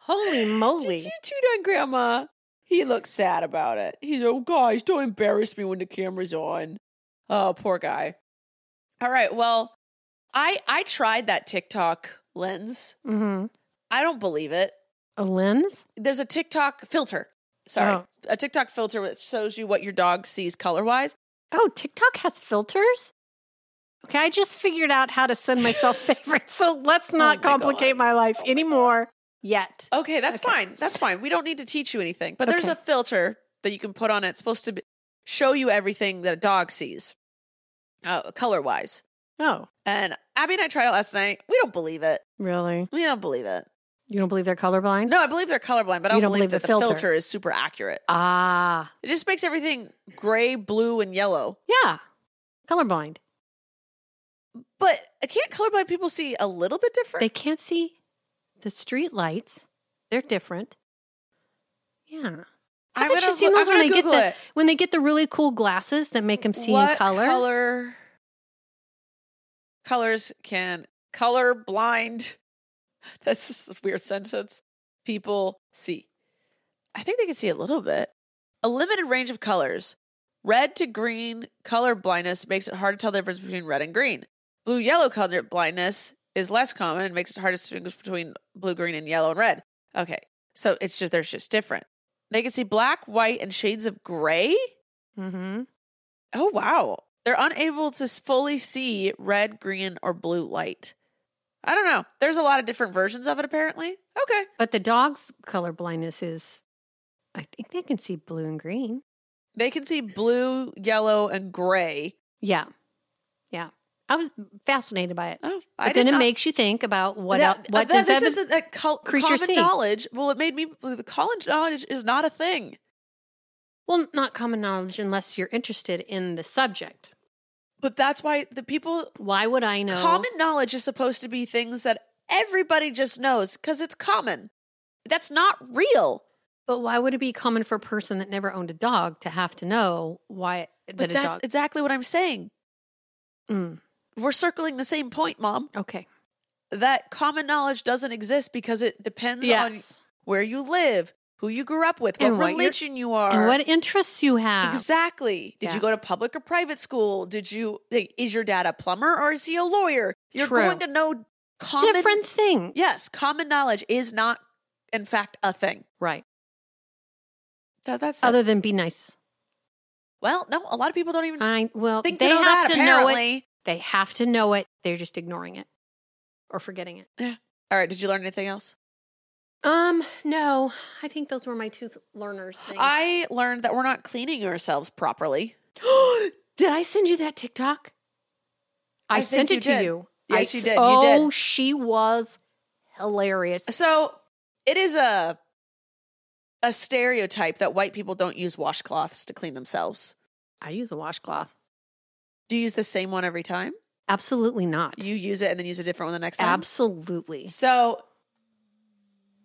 [SPEAKER 2] holy
[SPEAKER 1] Did
[SPEAKER 2] moly!
[SPEAKER 1] you cheat on Grandma? He looks sad about it. He's oh guys, don't embarrass me when the camera's on. Oh, poor guy. All right, well, I I tried that TikTok lens.
[SPEAKER 2] Mm-hmm.
[SPEAKER 1] I don't believe it.
[SPEAKER 2] A lens?
[SPEAKER 1] There's a TikTok filter. Sorry,
[SPEAKER 2] Oh.
[SPEAKER 1] a TikTok filter that shows you what your dog sees color wise.
[SPEAKER 2] Oh, TikTok has filters. Okay, I just figured out how to send myself favorites, so let's not complicate Oh my Oh. life anymore yet.
[SPEAKER 1] Okay, that's fine. That's fine. We don't need to teach you anything. But there's
[SPEAKER 2] Okay.
[SPEAKER 1] a filter that you can put on it. It's supposed to be, show you everything that a dog sees, uh, color wise.
[SPEAKER 2] Oh,
[SPEAKER 1] And Abby and I tried it last night. We don't believe it.
[SPEAKER 2] really?
[SPEAKER 1] We don't believe it.
[SPEAKER 2] You don't believe they're colorblind?
[SPEAKER 1] No, I believe they're colorblind, but I
[SPEAKER 2] You
[SPEAKER 1] don't, believe, that the filter. is super accurate.
[SPEAKER 2] Ah,
[SPEAKER 1] It just makes everything gray, blue, and yellow.
[SPEAKER 2] yeah, colorblind.
[SPEAKER 1] But can't colorblind people see a little bit different?
[SPEAKER 2] They can't see the street lights. They're different. Yeah.
[SPEAKER 1] I'm
[SPEAKER 2] Haven't you
[SPEAKER 1] gonna
[SPEAKER 2] seen
[SPEAKER 1] look-
[SPEAKER 2] those
[SPEAKER 1] I'm
[SPEAKER 2] when they
[SPEAKER 1] gonna
[SPEAKER 2] get
[SPEAKER 1] Google
[SPEAKER 2] the
[SPEAKER 1] it.
[SPEAKER 2] when they get the really cool glasses that make them see in
[SPEAKER 1] what
[SPEAKER 2] color?
[SPEAKER 1] color colors can color blind that's just a weird sentence people see i think they can see a little bit a limited range of colors red to green color blindness makes it hard to tell the difference between red and green blue yellow color blindness is less common and makes it hard to distinguish between blue green and yellow and red okay so it's just there's just different they can see black white and shades of gray
[SPEAKER 2] Mm-hmm.
[SPEAKER 1] Oh, wow. They're unable to s- fully see red, green, or blue light. I don't know. There's a lot of different versions of it, apparently. Okay.
[SPEAKER 2] But the dog's color blindness is I think they can see blue and green.
[SPEAKER 1] They can see blue, yellow, and gray.
[SPEAKER 2] Yeah. Yeah. I was fascinated by it.
[SPEAKER 1] Oh,
[SPEAKER 2] but
[SPEAKER 1] I
[SPEAKER 2] then
[SPEAKER 1] did
[SPEAKER 2] it
[SPEAKER 1] not-
[SPEAKER 2] makes you think about what
[SPEAKER 1] That-
[SPEAKER 2] el- what
[SPEAKER 1] that-
[SPEAKER 2] does
[SPEAKER 1] this
[SPEAKER 2] that
[SPEAKER 1] isn't a col-
[SPEAKER 2] creature
[SPEAKER 1] common
[SPEAKER 2] see?
[SPEAKER 1] knowledge. Well, it made me the common knowledge is not a thing.
[SPEAKER 2] well not common knowledge unless you're interested in the subject.
[SPEAKER 1] But that's why the people
[SPEAKER 2] Why would I know?
[SPEAKER 1] common knowledge is supposed to be things that everybody just knows because it's common. That's not real.
[SPEAKER 2] But why would it be common for a person that never owned a dog to have to know why
[SPEAKER 1] But
[SPEAKER 2] that a
[SPEAKER 1] that's
[SPEAKER 2] dog?
[SPEAKER 1] exactly what I'm saying.
[SPEAKER 2] Mm,
[SPEAKER 1] We're circling the same point, mom.
[SPEAKER 2] okay.
[SPEAKER 1] that common knowledge doesn't exist because it depends on
[SPEAKER 2] Yes.
[SPEAKER 1] where you live, who you grew up with, what,
[SPEAKER 2] And what your-
[SPEAKER 1] religion you are.
[SPEAKER 2] and what interests you have?
[SPEAKER 1] exactly. Did
[SPEAKER 2] Yeah.
[SPEAKER 1] you go to public or private school? Did you like, is your dad a plumber or is he a lawyer? You're
[SPEAKER 2] True.
[SPEAKER 1] going to know common
[SPEAKER 2] Different thing.
[SPEAKER 1] Yes, common knowledge is not in fact a thing.
[SPEAKER 2] Right.
[SPEAKER 1] That, that's
[SPEAKER 2] Other than be nice.
[SPEAKER 1] well, no, a lot of people don't even
[SPEAKER 2] I well
[SPEAKER 1] think
[SPEAKER 2] Um, they
[SPEAKER 1] to know
[SPEAKER 2] have
[SPEAKER 1] that,
[SPEAKER 2] to know it.
[SPEAKER 1] apparently.
[SPEAKER 2] They have to know it. They're just ignoring it or forgetting it.
[SPEAKER 1] All right, did you learn anything else?
[SPEAKER 2] Um, no. I think those were my two learners things.
[SPEAKER 1] I learned that we're not cleaning ourselves properly.
[SPEAKER 2] Did I send you that TikTok? I,
[SPEAKER 1] I
[SPEAKER 2] sent
[SPEAKER 1] think you
[SPEAKER 2] it to
[SPEAKER 1] did.
[SPEAKER 2] you.
[SPEAKER 1] Yes,
[SPEAKER 2] I,
[SPEAKER 1] you
[SPEAKER 2] s-
[SPEAKER 1] did. You
[SPEAKER 2] Oh,
[SPEAKER 1] did.
[SPEAKER 2] she was hilarious.
[SPEAKER 1] So it is a a stereotype that white people don't use washcloths to clean themselves.
[SPEAKER 2] I use a washcloth.
[SPEAKER 1] Do you use the same one every time?
[SPEAKER 2] Absolutely not.
[SPEAKER 1] You use it and then use a different one the next time.
[SPEAKER 2] Absolutely.
[SPEAKER 1] So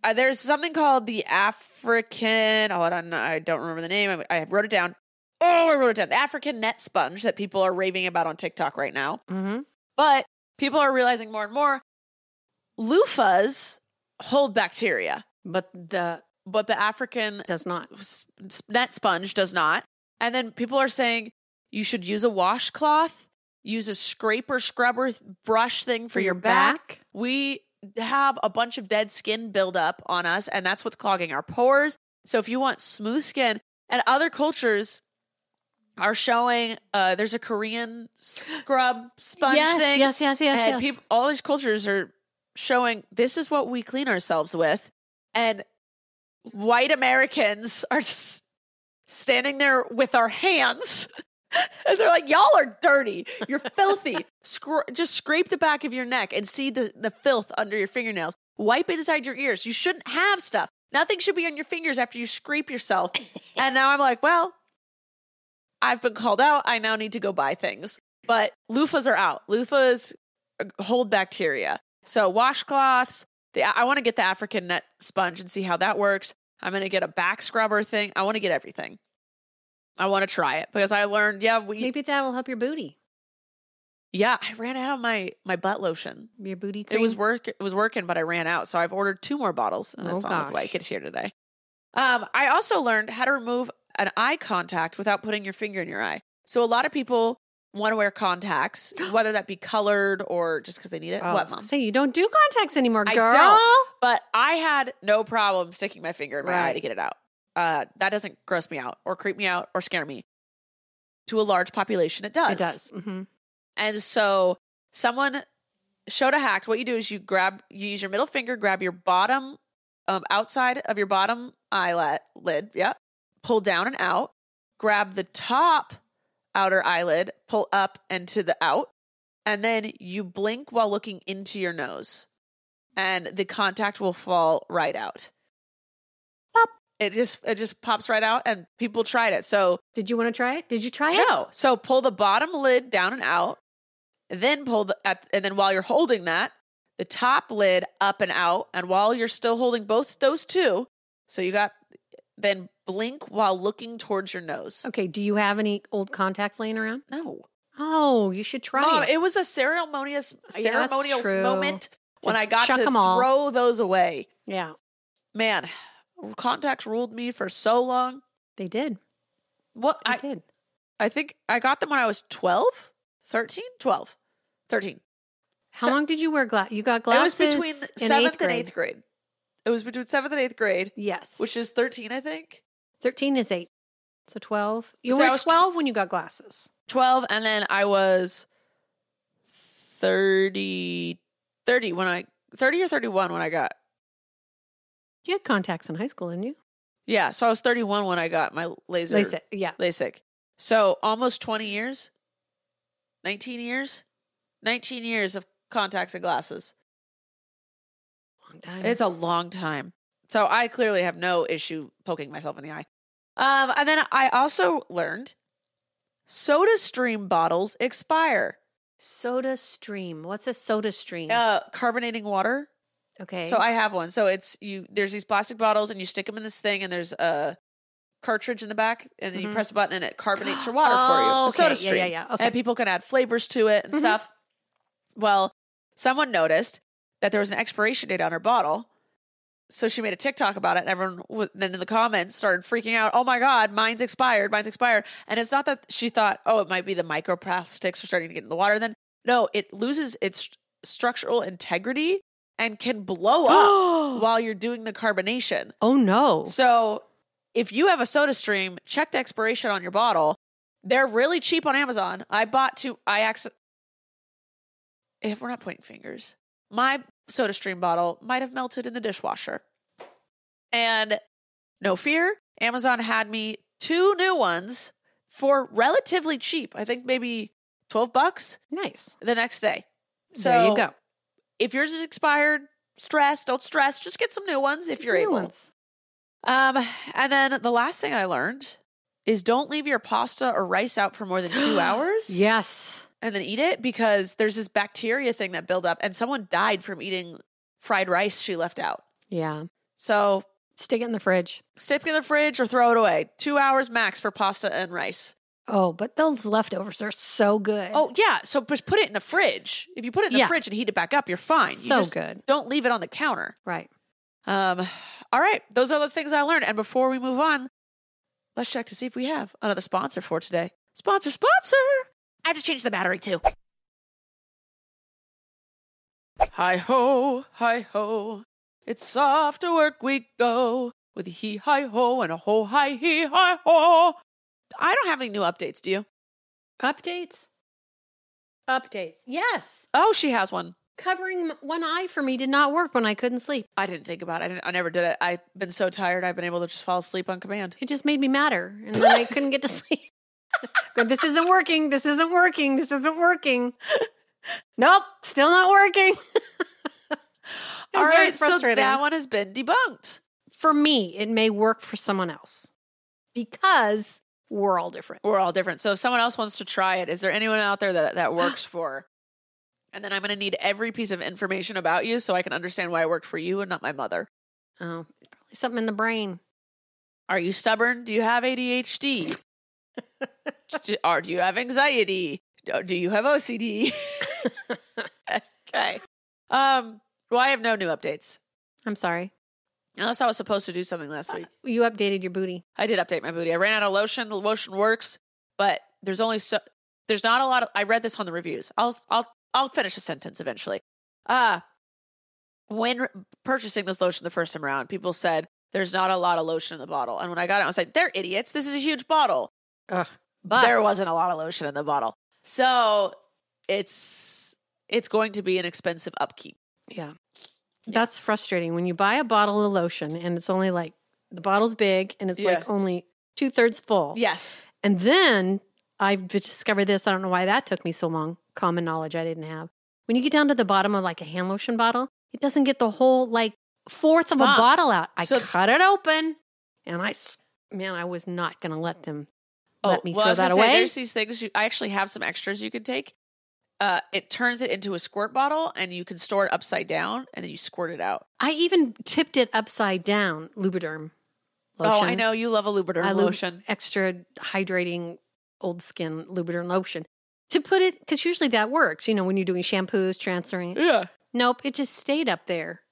[SPEAKER 1] uh, there's something called the African. Hold on, I don't remember the name. I, I wrote it down. Oh, I wrote it down. The African net sponge that people are raving about on TikTok right now.
[SPEAKER 2] Mm-hmm.
[SPEAKER 1] But people are realizing more and more loofahs hold bacteria,
[SPEAKER 2] But the
[SPEAKER 1] but the African
[SPEAKER 2] does not.
[SPEAKER 1] s- net sponge does not. And then people are saying you should use a washcloth, use a scraper scrubber th- brush thing for, your, back. We have a bunch of dead skin buildup on us, and that's what's clogging our pores. So if you want smooth skin, and other cultures are showing, uh, there's a Korean scrub sponge
[SPEAKER 2] yes,
[SPEAKER 1] thing.
[SPEAKER 2] yes, yes, yes, yes.
[SPEAKER 1] and peop- all these cultures are showing this is what we clean ourselves with, and white Americans are s- standing there with our hands. And they're like, y'all are dirty. You're filthy. Scr- just scrape the back of your neck and see the, the filth under your fingernails. Wipe it inside your ears. You shouldn't have stuff. Nothing should be on your fingers after you scrape yourself. and now I'm like, well, I've been called out. I now need to go buy things. But loofahs are out. Loofahs hold bacteria. So washcloths. The, I want to get the African net sponge and see how that works. I'm going to get a back scrubber thing. I want to get everything. I want to try it because I learned. Yeah, we
[SPEAKER 2] Maybe that'll help your booty.
[SPEAKER 1] yeah, I ran out of my my butt lotion.
[SPEAKER 2] Your booty cream.
[SPEAKER 1] It was work. It was working, but I ran out, so I've ordered two more bottles, and
[SPEAKER 2] Oh,
[SPEAKER 1] that's on its way.
[SPEAKER 2] gosh.
[SPEAKER 1] It's here today. Um, I also learned how to remove an eye contact without putting your finger in your eye. So a lot of people want to wear contacts, whether that be colored or just because they need it.
[SPEAKER 2] Oh, I
[SPEAKER 1] what,
[SPEAKER 2] was
[SPEAKER 1] mom?
[SPEAKER 2] gonna Say you don't do contacts anymore,
[SPEAKER 1] I
[SPEAKER 2] girl.
[SPEAKER 1] don't. But I had no problem sticking my finger in my eye
[SPEAKER 2] Right.
[SPEAKER 1] to get it out. Uh, that doesn't gross me out, or creep me out, or scare me. To a large population,
[SPEAKER 2] It does. hmm
[SPEAKER 1] And so someone showed a hack. What you do is you grab, you use your middle finger, grab your bottom, um, outside of your bottom eyelid, lid, yeah, pull down and out, grab the top outer eyelid, pull up and to the out, and then you blink while looking into your nose, and the contact will fall right out. Pop. It just it just pops right out, and people tried it. So
[SPEAKER 2] Did you want to try it? Did you try it?
[SPEAKER 1] no. So pull the bottom lid down and out, then pull the at, and then while you're holding that, the top lid up and out, and while you're still holding both those two, so you got then blink while looking towards your nose.
[SPEAKER 2] Okay. Do you have any old contacts laying around?
[SPEAKER 1] No.
[SPEAKER 2] Oh, you should try
[SPEAKER 1] Mom,
[SPEAKER 2] it.
[SPEAKER 1] it was a ceremonious
[SPEAKER 2] Yeah, that's
[SPEAKER 1] ceremonial
[SPEAKER 2] true.
[SPEAKER 1] moment when
[SPEAKER 2] To
[SPEAKER 1] I got
[SPEAKER 2] chuck
[SPEAKER 1] to
[SPEAKER 2] 'em all.
[SPEAKER 1] throw those away.
[SPEAKER 2] yeah,
[SPEAKER 1] Man, contacts ruled me for so long.
[SPEAKER 2] they did.
[SPEAKER 1] What
[SPEAKER 2] They
[SPEAKER 1] I
[SPEAKER 2] did.
[SPEAKER 1] I think I got them when I was 12, 13, 12, 13.
[SPEAKER 2] How
[SPEAKER 1] so-
[SPEAKER 2] long did you wear glasses? You got glasses
[SPEAKER 1] it was between the
[SPEAKER 2] in
[SPEAKER 1] seventh
[SPEAKER 2] eighth
[SPEAKER 1] and
[SPEAKER 2] grade.
[SPEAKER 1] eighth grade. It was between seventh and eighth grade,
[SPEAKER 2] Yes.
[SPEAKER 1] which is thirteen, I think.
[SPEAKER 2] 13 is 8. So 12. You
[SPEAKER 1] So I
[SPEAKER 2] were
[SPEAKER 1] was tw-
[SPEAKER 2] 12 when you got glasses.
[SPEAKER 1] Twelve, and then I was 30, 30 when I thirty or thirty one when I got
[SPEAKER 2] You had contacts in high school, didn't you?
[SPEAKER 1] yeah. So I was thirty one when I got my laser
[SPEAKER 2] They said, yeah.
[SPEAKER 1] LASIK. So almost twenty years, nineteen years, nineteen years of contacts and glasses.
[SPEAKER 2] Long time.
[SPEAKER 1] It's a long time. So I clearly have no issue poking myself in the eye. Um, and then I also learned soda stream bottles expire.
[SPEAKER 2] soda stream. What's a soda stream?
[SPEAKER 1] Uh, carbonating water.
[SPEAKER 2] Mm-hmm. okay.
[SPEAKER 1] So I have one. So it's you. There's these plastic bottles, and you stick them in this thing, and there's a cartridge in the back, and then you
[SPEAKER 2] Mhm.
[SPEAKER 1] press a button, and it carbonates your water for you.
[SPEAKER 2] Oh,
[SPEAKER 1] A
[SPEAKER 2] okay.
[SPEAKER 1] Soda
[SPEAKER 2] Yeah,
[SPEAKER 1] stream.
[SPEAKER 2] yeah, yeah. Okay.
[SPEAKER 1] And people can add flavors to it and
[SPEAKER 2] Mhm.
[SPEAKER 1] stuff. Well, someone noticed that there was an expiration date on her bottle. So she made a TikTok about it, and everyone w- then in the comments started freaking out. Oh my god, mine's expired, mine's expired. And it's not that she thought, oh, it might be the microplastics are starting to get in the water. Then no, it loses its st- structural integrity and can blow up while you're doing the carbonation.
[SPEAKER 2] oh, no.
[SPEAKER 1] So if you have a soda stream, check the expiration on your bottle. They're really cheap on Amazon. I bought two I accident if we're not pointing fingers. My soda stream bottle might have melted in the dishwasher. And no fear, Amazon had me two new ones for relatively cheap. I think maybe 12 bucks
[SPEAKER 2] nice.
[SPEAKER 1] the next day. So
[SPEAKER 2] there you go.
[SPEAKER 1] If yours is expired, stress, don't stress, just get some new ones if
[SPEAKER 2] It's
[SPEAKER 1] you're
[SPEAKER 2] new
[SPEAKER 1] able.
[SPEAKER 2] ones.
[SPEAKER 1] Um, and then the last thing I learned is don't leave your pasta or rice out for more than two hours
[SPEAKER 2] Yes.
[SPEAKER 1] and then eat it because there's this bacteria thing that build up and someone died from eating fried rice she left out.
[SPEAKER 2] Yeah.
[SPEAKER 1] So
[SPEAKER 2] Stick it in the fridge.
[SPEAKER 1] stick it in the fridge or throw it away. Two hours max for pasta and rice.
[SPEAKER 2] Oh, but those leftovers are so good.
[SPEAKER 1] Oh yeah. So just put it in the fridge. If you put it in the
[SPEAKER 2] Eh. Yeah.
[SPEAKER 1] fridge and heat it back up, you're fine. You
[SPEAKER 2] So
[SPEAKER 1] just
[SPEAKER 2] good.
[SPEAKER 1] Don't leave it on the counter.
[SPEAKER 2] right.
[SPEAKER 1] Um, all right, those are the things I learned. And before we move on, let's check to see if we have another sponsor for today. Sponsor, sponsor! I have to change the battery too. Hi ho, hi ho. It's off to work we go with a hee hi ho and a ho hi hee hi ho. I don't have any new updates, do you?
[SPEAKER 2] Updates. Updates. Yes.
[SPEAKER 1] Oh, she has one.
[SPEAKER 2] Covering m- one eye for me did not work when I couldn't sleep.
[SPEAKER 1] I didn't think about it. I, didn't, I never did it. I've been so tired, I've been able to just fall asleep on command.
[SPEAKER 2] It just made me madder, and then I couldn't get to sleep. But this isn't working. This isn't working. This isn't working. Nope, still not working. It was very
[SPEAKER 1] so that one has been debunked.
[SPEAKER 2] for me, it may work for someone else because we're all different. Oh,
[SPEAKER 1] we're all different. So if someone else wants to try it, is there anyone out there that that works for? And then I'm going to need every piece of information about you so I can understand why it worked for you and not my mother.
[SPEAKER 2] Oh, it's probably something in the brain.
[SPEAKER 1] Are you stubborn? Do you have ADHD? Do- Or do you have anxiety? Do- Do you have OCD? okay. Um, well, I have no new updates.
[SPEAKER 2] I'm sorry. Uh,
[SPEAKER 1] Unless I was supposed to do something last week.
[SPEAKER 2] You updated your booty.
[SPEAKER 1] I did update my booty. I ran out of lotion. The lotion works, but there's only so there's not a lot of I read this on the reviews. I'll I'll I'll finish a sentence eventually. Uh when purchasing this lotion the first time around, people said there's not a lot of lotion in the bottle. And when I got it, I was like, they're idiots. This is a huge bottle.
[SPEAKER 2] Ugh. But
[SPEAKER 1] there wasn't a lot of lotion in the bottle. So it's it's going to be an expensive upkeep.
[SPEAKER 2] Yeah. That's frustrating when you buy a bottle of lotion and it's only like the bottle's big and it's
[SPEAKER 1] Yeah.
[SPEAKER 2] like only two thirds full.
[SPEAKER 1] Yes.
[SPEAKER 2] And then I've discovered this. I don't know why that took me so long. Common knowledge I didn't have. When you get down to the bottom of like a hand lotion bottle, it doesn't get the whole like fourth of
[SPEAKER 1] Fuck.
[SPEAKER 2] a bottle out. I
[SPEAKER 1] So-
[SPEAKER 2] cut it open and I, s- man, I was not going to let them let me
[SPEAKER 1] Oh, well, I
[SPEAKER 2] throw
[SPEAKER 1] was
[SPEAKER 2] that
[SPEAKER 1] gonna say,
[SPEAKER 2] away.
[SPEAKER 1] there's these things. You, I actually have some extras you could take. Uh, it turns it into a squirt bottle, and you can store it upside down, and then you squirt it out.
[SPEAKER 2] I even tipped it upside down, Lubriderm lotion.
[SPEAKER 1] Oh, I know you love a Lubriderm
[SPEAKER 2] I lube-
[SPEAKER 1] lotion.
[SPEAKER 2] extra hydrating old skin Lubriderm lotion to put it because usually that works. You know, when you're doing shampoos, transferring.
[SPEAKER 1] Yeah.
[SPEAKER 2] Nope, it just stayed up there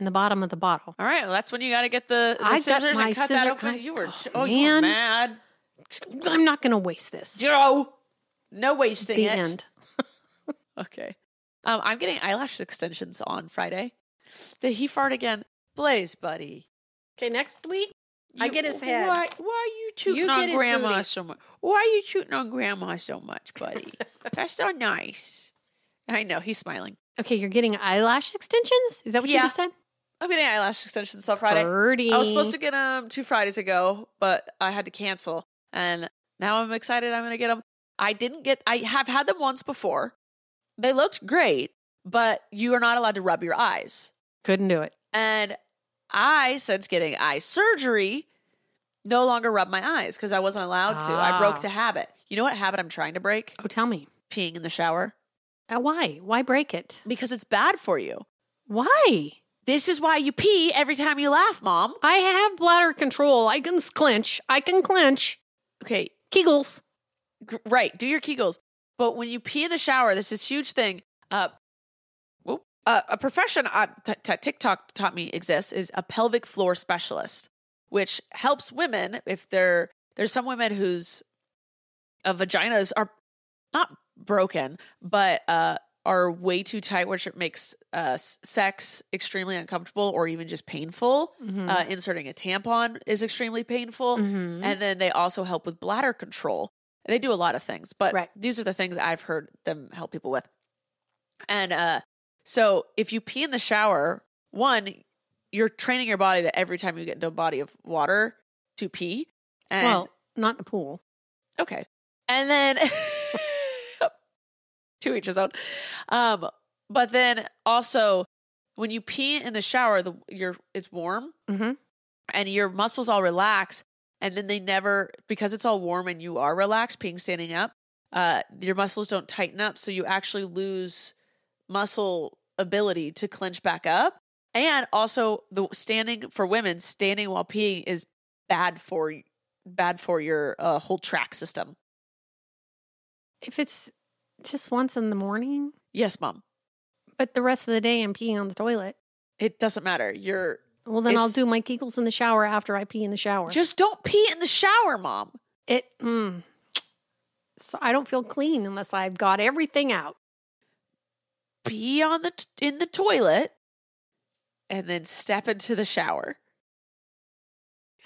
[SPEAKER 2] in the bottom of the bottle.
[SPEAKER 1] All right. Well, that's when you got to get the, the
[SPEAKER 2] I got
[SPEAKER 1] scissors
[SPEAKER 2] my
[SPEAKER 1] and cut that
[SPEAKER 2] scissor-
[SPEAKER 1] open.
[SPEAKER 2] I-
[SPEAKER 1] you were oh,
[SPEAKER 2] oh,
[SPEAKER 1] you were
[SPEAKER 2] man.
[SPEAKER 1] mad.
[SPEAKER 2] I'm not going to waste this.
[SPEAKER 1] Zero. No wasting
[SPEAKER 2] the
[SPEAKER 1] it.
[SPEAKER 2] end.
[SPEAKER 1] Okay. Um, I'm getting eyelash extensions on Friday. Did he fart again? Blaze, buddy.
[SPEAKER 2] Okay, next week I get his head.
[SPEAKER 1] Why, why are you tooting
[SPEAKER 2] You
[SPEAKER 1] on
[SPEAKER 2] get his
[SPEAKER 1] grandma
[SPEAKER 2] booty.
[SPEAKER 1] so much? Why are you tooting on grandma so much, buddy? That's not nice. I know he's smiling.
[SPEAKER 2] Okay, you're getting eyelash extensions. Is that what
[SPEAKER 1] Yeah.
[SPEAKER 2] you just said?
[SPEAKER 1] I'm getting eyelash extensions on Friday.
[SPEAKER 2] Pretty.
[SPEAKER 1] I was supposed to get them two Fridays ago, but I had to cancel. And now I'm excited I'm going to get them. I didn't get, I have had them once before. They looked great, but you are not allowed to rub your eyes.
[SPEAKER 2] Couldn't do it.
[SPEAKER 1] And I, since getting eye surgery, no longer rub my eyes because I wasn't allowed to. I
[SPEAKER 2] Ah.
[SPEAKER 1] broke the habit. You know what habit I'm trying to break?
[SPEAKER 2] Oh, tell me
[SPEAKER 1] Peeing in the shower
[SPEAKER 2] uh, why? Why break it?
[SPEAKER 1] because it's bad for you.
[SPEAKER 2] Why?
[SPEAKER 1] This is why you pee every time you laugh, mom.
[SPEAKER 2] I have bladder control. I can s- clench. I can clench.
[SPEAKER 1] Okay,
[SPEAKER 2] Kegels.
[SPEAKER 1] Gr- right do your kegels but when you pee in the shower this is huge thing uh, whoop. uh a profession uh, t- t- tiktok taught me exists is a pelvic floor specialist which helps women if they're there's some women whose uh, vaginas are not broken but uh are way too tight which it makes uh s- sex extremely uncomfortable or even just painful
[SPEAKER 2] Mhm.
[SPEAKER 1] uh inserting a tampon is extremely painful
[SPEAKER 2] Mhm.
[SPEAKER 1] and then they also help with bladder control. They do a lot of things, but
[SPEAKER 2] Right.
[SPEAKER 1] these are the things I've heard them help people with. And uh, so, if you pee in the shower, one, you're training your body that every time you get into a body of water to pee. And,
[SPEAKER 2] well, not in a pool.
[SPEAKER 1] okay, and then two each his own. Um, but then also, when you pee in the shower, the your it's warm,
[SPEAKER 2] Mm-hmm.
[SPEAKER 1] and your muscles all relax and then they never because it's all warm and you are relaxed being standing up uh your muscles don't tighten up so you actually lose muscle ability to clench back up and also the standing for women standing while peeing is bad for bad for your uh, whole track system
[SPEAKER 2] If it's just once in the morning,
[SPEAKER 1] yes mom
[SPEAKER 2] but the rest of the day I'm peeing on the toilet.
[SPEAKER 1] it doesn't matter you're
[SPEAKER 2] Well, then I'll
[SPEAKER 1] It's-
[SPEAKER 2] do my kegels in the shower after I pee in the shower.
[SPEAKER 1] just don't pee in the shower mom
[SPEAKER 2] it. Mm, so I don't feel clean unless I've got everything out.
[SPEAKER 1] pee on the t- in the toilet and then step into the shower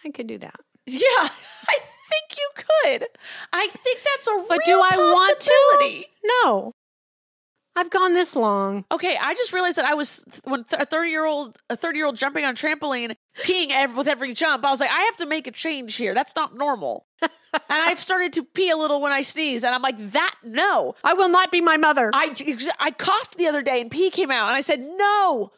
[SPEAKER 2] I could do that.
[SPEAKER 1] Yeah, I think you could. I think that's a
[SPEAKER 2] But do
[SPEAKER 1] real
[SPEAKER 2] I want to?
[SPEAKER 1] possibility.
[SPEAKER 2] No. I've gone this long.
[SPEAKER 1] Okay, I just realized that I was when th- a thirty-year-old, a thirty-year-old jumping on a trampoline, peeing ev- with every jump. I was like, I have to make a change here. That's not normal. and I've started to pee a little when I sneeze, and I'm like, that no.
[SPEAKER 2] I will not be my mother.
[SPEAKER 1] I I coughed the other day, and pee came out, and I said, no.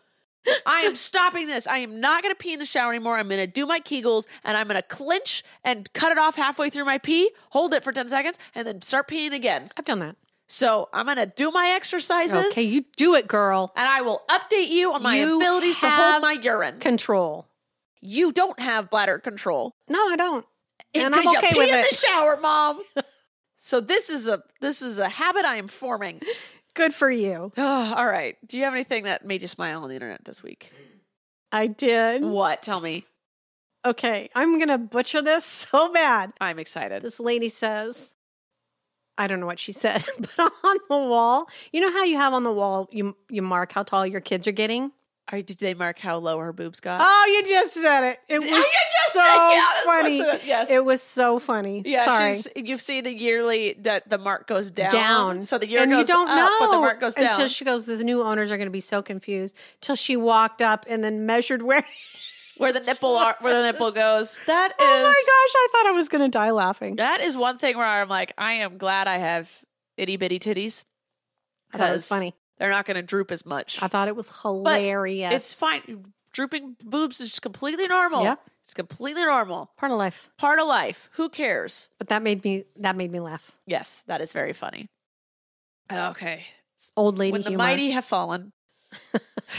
[SPEAKER 1] I am stopping this. I am not going to pee in the shower anymore. I'm going to do my Kegels and I'm going to clinch and cut it off halfway through my pee, hold it for 10 seconds, and then start peeing again.
[SPEAKER 2] I've done that.
[SPEAKER 1] So I'm gonna do my exercises.
[SPEAKER 2] Okay, you do it, girl.
[SPEAKER 1] and I will update you on my
[SPEAKER 2] You
[SPEAKER 1] abilities to
[SPEAKER 2] have
[SPEAKER 1] hold my urine.
[SPEAKER 2] Control.
[SPEAKER 1] you don't have bladder control,
[SPEAKER 2] No, I don't. And
[SPEAKER 1] Because
[SPEAKER 2] I'm
[SPEAKER 1] you
[SPEAKER 2] okay
[SPEAKER 1] pee
[SPEAKER 2] with
[SPEAKER 1] in
[SPEAKER 2] it.
[SPEAKER 1] the shower, mom. so this is a this is a habit I am forming.
[SPEAKER 2] Good for you.
[SPEAKER 1] Ugh, all right. Do you have anything that made you smile on the internet this week?
[SPEAKER 2] I did.
[SPEAKER 1] What? Tell me.
[SPEAKER 2] Okay, I'm going to butcher this so bad.
[SPEAKER 1] I'm excited.
[SPEAKER 2] This lady says, I don't know what she said, but on the wall, you know how you have on the wall, you, you mark how tall your kids are getting?
[SPEAKER 1] All right, did they mark how low her boobs got?
[SPEAKER 2] Oh, you just Oh, said it. It was
[SPEAKER 1] I just
[SPEAKER 2] so funny.
[SPEAKER 1] Yes.
[SPEAKER 2] It was so funny.
[SPEAKER 1] Yeah,
[SPEAKER 2] Sorry.
[SPEAKER 1] she's you've seen a yearly that the mark goes down.
[SPEAKER 2] down.
[SPEAKER 1] So the year
[SPEAKER 2] and
[SPEAKER 1] goes
[SPEAKER 2] you don't
[SPEAKER 1] up,
[SPEAKER 2] know
[SPEAKER 1] but the mark goes down.
[SPEAKER 2] until she goes. The new owners are going to be so confused. Till she walked up and then measured where.
[SPEAKER 1] where the nipple are, where the nipple goes. That is
[SPEAKER 2] oh my gosh! I thought I was going to die laughing.
[SPEAKER 1] That is one thing where I'm like, I am glad I have itty bitty titties.
[SPEAKER 2] I thought it was
[SPEAKER 1] 'cause
[SPEAKER 2] funny.
[SPEAKER 1] They're not going to droop as much.
[SPEAKER 2] I thought it was
[SPEAKER 1] But
[SPEAKER 2] hilarious.
[SPEAKER 1] It's fine. Drooping boobs is just completely normal.
[SPEAKER 2] Yep.
[SPEAKER 1] It's completely normal.
[SPEAKER 2] part of life.
[SPEAKER 1] Part of life. Who cares?
[SPEAKER 2] But that made me that made me laugh.
[SPEAKER 1] Yes, that is very funny. Okay.
[SPEAKER 2] Old lady
[SPEAKER 1] when the
[SPEAKER 2] humor.
[SPEAKER 1] mighty have fallen.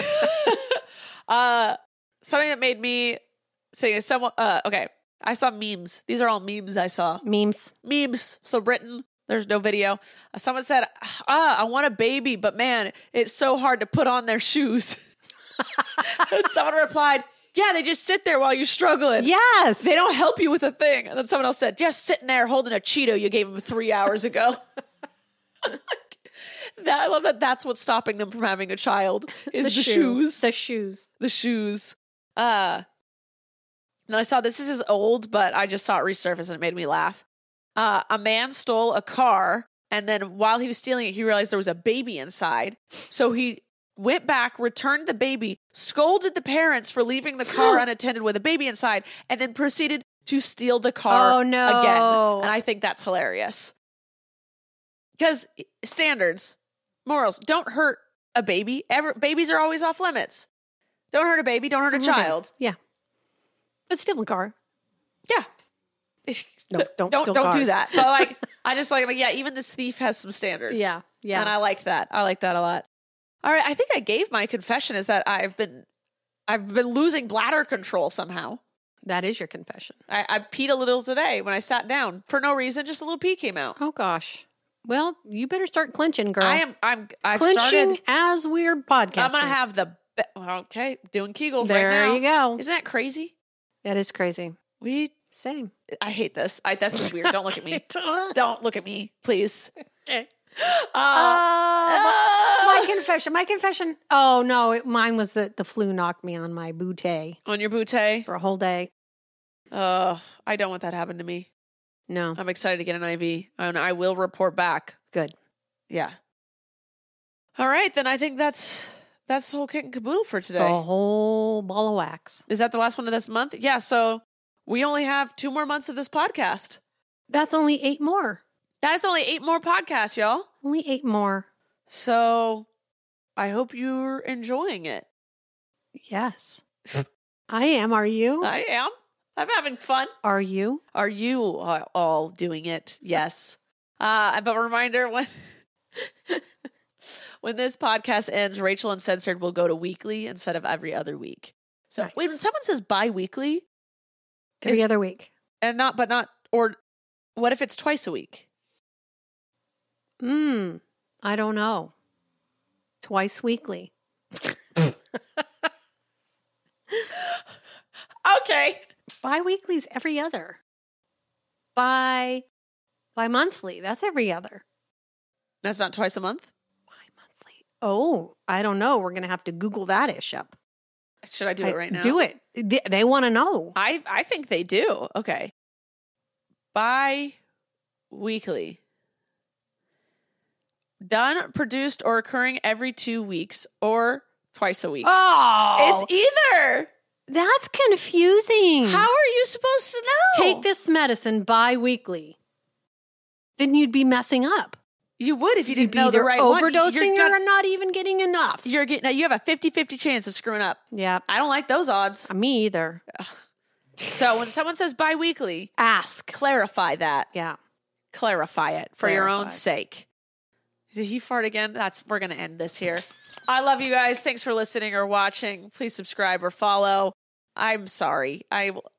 [SPEAKER 1] uh, something that made me say someone. Uh, okay, I saw memes. These are all memes I saw.
[SPEAKER 2] memes.
[SPEAKER 1] Memes. So Britain, there's no video. Uh, Someone said, "Ah, I want a baby, but man, it's so hard to put on their shoes." and someone replied, "Yeah, they just sit there while you're struggling."
[SPEAKER 2] Yes.
[SPEAKER 1] They don't help you with a thing. And then someone else said, just sitting there holding a Cheeto you gave him three hours ago. that, I love that that's what's stopping them from having a child is the,
[SPEAKER 2] shoe.
[SPEAKER 1] shoes.
[SPEAKER 2] The shoes.
[SPEAKER 1] The shoes. Uh, and I saw this. This is old, but I just saw it resurface and it made me laugh. Uh, a man stole a car, and then while he was stealing it, he realized there was a baby inside. So he went back, returned the baby, scolded the parents for leaving the car unattended with a baby inside, and then proceeded to steal the car
[SPEAKER 2] Oh, no.
[SPEAKER 1] again. And I think that's hilarious. Because standards, morals, don't hurt a baby. Ever, babies are always off limits. Don't hurt a baby, don't
[SPEAKER 2] Mm-hmm.
[SPEAKER 1] hurt a child.
[SPEAKER 2] Yeah. It's still a car.
[SPEAKER 1] Yeah.
[SPEAKER 2] No, don't
[SPEAKER 1] don't
[SPEAKER 2] steal
[SPEAKER 1] don't do
[SPEAKER 2] cars.
[SPEAKER 1] that. But like, I just like, I'm like, yeah, even this thief has some standards.
[SPEAKER 2] Yeah, yeah.
[SPEAKER 1] And I liked that. I liked that a lot. All right, I think I gave my confession is that I've been, I've been losing bladder control somehow.
[SPEAKER 2] That is your confession.
[SPEAKER 1] I, I peed a little today when I sat down for no reason. Just a little pee came out.
[SPEAKER 2] Oh gosh. Well, you better start clenching, girl.
[SPEAKER 1] I am. I'm. I've
[SPEAKER 2] clenching
[SPEAKER 1] started.
[SPEAKER 2] as weird podcast.
[SPEAKER 1] I'm gonna have the. Be- okay, doing Kegel
[SPEAKER 2] There
[SPEAKER 1] right now.
[SPEAKER 2] you go.
[SPEAKER 1] Isn't that crazy?
[SPEAKER 2] that is crazy.
[SPEAKER 1] We.
[SPEAKER 2] Same. Uh,
[SPEAKER 1] I hate this. I. That's just weird. Don't look at me.
[SPEAKER 2] Okay.
[SPEAKER 1] Don't look at me, please.
[SPEAKER 2] Okay.
[SPEAKER 1] Uh,
[SPEAKER 2] my confession. My confession. Oh no, it, mine was that the flu knocked me on my bootay
[SPEAKER 1] on your bootay.
[SPEAKER 2] for a whole day.
[SPEAKER 1] Oh, I don't want that to happen to me.
[SPEAKER 2] No,
[SPEAKER 1] I'm excited to get an IV, and I will report back.
[SPEAKER 2] good.
[SPEAKER 1] Yeah. All right, then I think that's that's the whole kit and caboodle for today.
[SPEAKER 2] A whole ball of wax.
[SPEAKER 1] Is that the last one of this month? Yeah. So we only have two more months of this podcast.
[SPEAKER 2] That's only eight more.
[SPEAKER 1] That is only eight more podcasts, y'all.
[SPEAKER 2] Only eight more.
[SPEAKER 1] So I hope you're enjoying it.
[SPEAKER 2] Yes, I am. Are you?
[SPEAKER 1] I am. I'm having fun.
[SPEAKER 2] Are you?
[SPEAKER 1] Are you a- all doing it? Yes. Uh, but a reminder when when this podcast ends, Rachel Uncensored will go to weekly instead of every other week. So
[SPEAKER 2] Nice.
[SPEAKER 1] wait, when someone says bi-weekly
[SPEAKER 2] Every
[SPEAKER 1] Is-
[SPEAKER 2] other week.
[SPEAKER 1] and not, but not, or what if it's twice a week?
[SPEAKER 2] Hmm. I don't know. Twice weekly.
[SPEAKER 1] Okay.
[SPEAKER 2] Bi-weekly's every other. Bi bi-monthly. That's every other.
[SPEAKER 1] That's not twice a month.
[SPEAKER 2] Bi-monthly. Oh, I don't know. We're gonna have to Google that ish up.
[SPEAKER 1] Should I do it right now?
[SPEAKER 2] Do it. They, they want to know.
[SPEAKER 1] I I think they do. Okay. Bi weekly. Done, produced, or occurring every two weeks or twice a week.
[SPEAKER 2] Oh,
[SPEAKER 1] It's e either.
[SPEAKER 2] that's confusing.
[SPEAKER 1] How are you supposed to know?
[SPEAKER 2] take this medicine bi-weekly? Then you'd be messing up.
[SPEAKER 1] You would if you
[SPEAKER 2] You'd
[SPEAKER 1] didn't
[SPEAKER 2] be
[SPEAKER 1] know
[SPEAKER 2] either
[SPEAKER 1] the right one.
[SPEAKER 2] overdosing
[SPEAKER 1] You're,
[SPEAKER 2] or
[SPEAKER 1] gonna-
[SPEAKER 2] not even getting enough.
[SPEAKER 1] you're getting. now You have a 50 50 chance of screwing up.
[SPEAKER 2] Yeah, Uh,
[SPEAKER 1] I don't like those odds.
[SPEAKER 2] me either.
[SPEAKER 1] So when someone says bi weekly,
[SPEAKER 2] Ask.
[SPEAKER 1] clarify that.
[SPEAKER 2] Yeah.
[SPEAKER 1] clarify it for your own
[SPEAKER 2] Clarify.
[SPEAKER 1] sake. Did he fart again? That's we're gonna end this here. I love you guys. Thanks for listening or watching. Please subscribe or follow. I'm sorry. I will.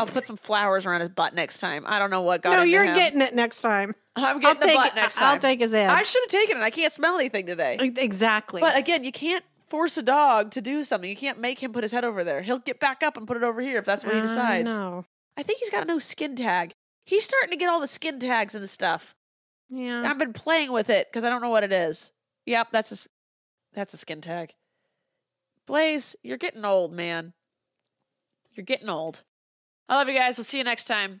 [SPEAKER 1] I'll put some flowers around his butt next time. I don't know what got
[SPEAKER 2] no,
[SPEAKER 1] into
[SPEAKER 2] you're
[SPEAKER 1] him.
[SPEAKER 2] getting it next time.
[SPEAKER 1] I'm getting the
[SPEAKER 2] take
[SPEAKER 1] butt
[SPEAKER 2] it-
[SPEAKER 1] next time.
[SPEAKER 2] I'll take his head.
[SPEAKER 1] I should have taken it. I can't smell anything today.
[SPEAKER 2] Exactly.
[SPEAKER 1] But again, you can't force a dog to do something. You can't make him put his head over there. He'll get back up and put it over here if that's what he decides.
[SPEAKER 2] No.
[SPEAKER 1] I think he's got no skin tag. He's starting to get all the skin tags and stuff.
[SPEAKER 2] Yeah.
[SPEAKER 1] I've been playing with it because I don't know what it is. Yep, that's a s- that's a skin tag. Blaze, you're getting old, man. You're getting old. I love you guys. We'll see you next time.